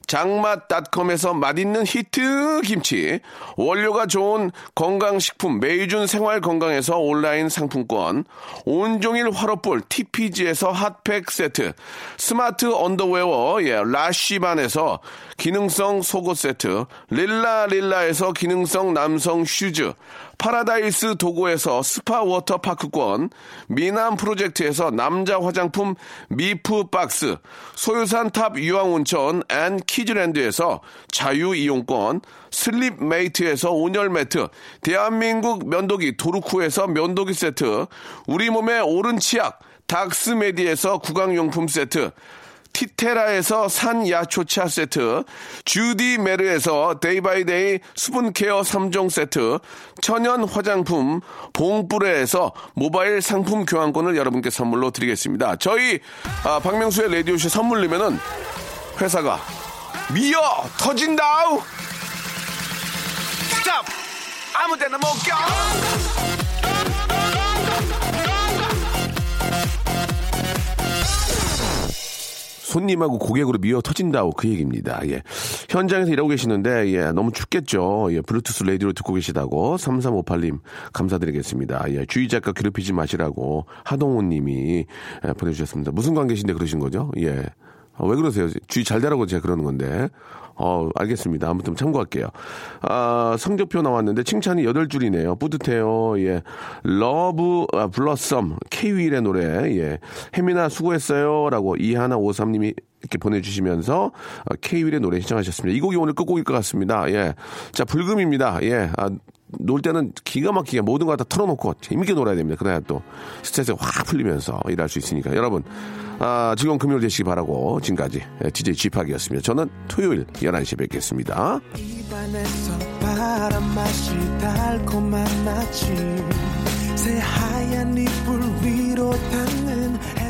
S2: 장맛닷컴에서 맛있는 히트 김치, 원료가 좋은 건강식품 메이준 생활건강에서 온라인 상품권, 온종일 화로볼 TPG에서 핫팩 세트, 스마트 언더웨어 예, 라쉬반에서 기능성 속옷 세트, 릴라릴라에서 기능성 남성 슈즈, 파라다이스 도고에서 스파 워터파크권, 미남 프로젝트에서 남자 화장품 미프 박스, 소유산 탑 유황온천 앤 키즈랜드에서 자유이용권, 슬립메이트에서 온열 매트, 대한민국 면도기 도루쿠에서 면도기 세트, 우리 몸의 오른 치약, 닥스메디에서 구강용품 세트, 티테라에서 산야초차 세트, 주디 메르에서 데이바이데이 수분케어 3종 세트, 천연 화장품 봉뿌레에서 모바일 상품 교환권을 여러분께 선물로 드리겠습니다. 저희 아, 박명수의 라디오쇼 선물리면은 회사가 미어 터진다우! 스탑! 아무 데나 못 가! 손님하고 고객으로 미어 터진다고 그 얘기입니다. 예. 현장에서 일하고 계시는데, 예, 너무 춥겠죠. 예, 블루투스 레디로 듣고 계시다고 3358님 감사드리겠습니다. 예, 주의 작가 괴롭히지 마시라고 하동훈 님이 예, 보내주셨습니다. 무슨 관계신데 그러신 거죠? 예. 아, 왜 그러세요? 주의 잘 되라고 제가 그러는 건데. 어, 알겠습니다. 아무튼 참고할게요. 아, 성적표 나왔는데 칭찬이 8줄이네요. 뿌듯해요. 예. 러브 아, 블러썸 K-윌의 노래. 예. 혜민아 수고했어요라고 이하나 53님이 이렇게 보내주시면서 어, K-윌의 노래 신청하셨습니다. 이 곡이 오늘 끝곡일 것 같습니다. 예. 자, 불금입니다. 예. 아, 놀 때는 기가 막히게 모든 거 다 털어놓고 재밌게 놀아야 됩니다. 그래야 또 스트레스 확 풀리면서 일할 수 있으니까. 여러분, 아, 즐거운 금요일 되시기 바라고 지금까지 예, DJ 지팍이었습니다. 저는 토요일 11시에 뵙겠습니다.
S4: 입안에서 바람맛이 달콤한 아침 새하얀 이불 위로 닿는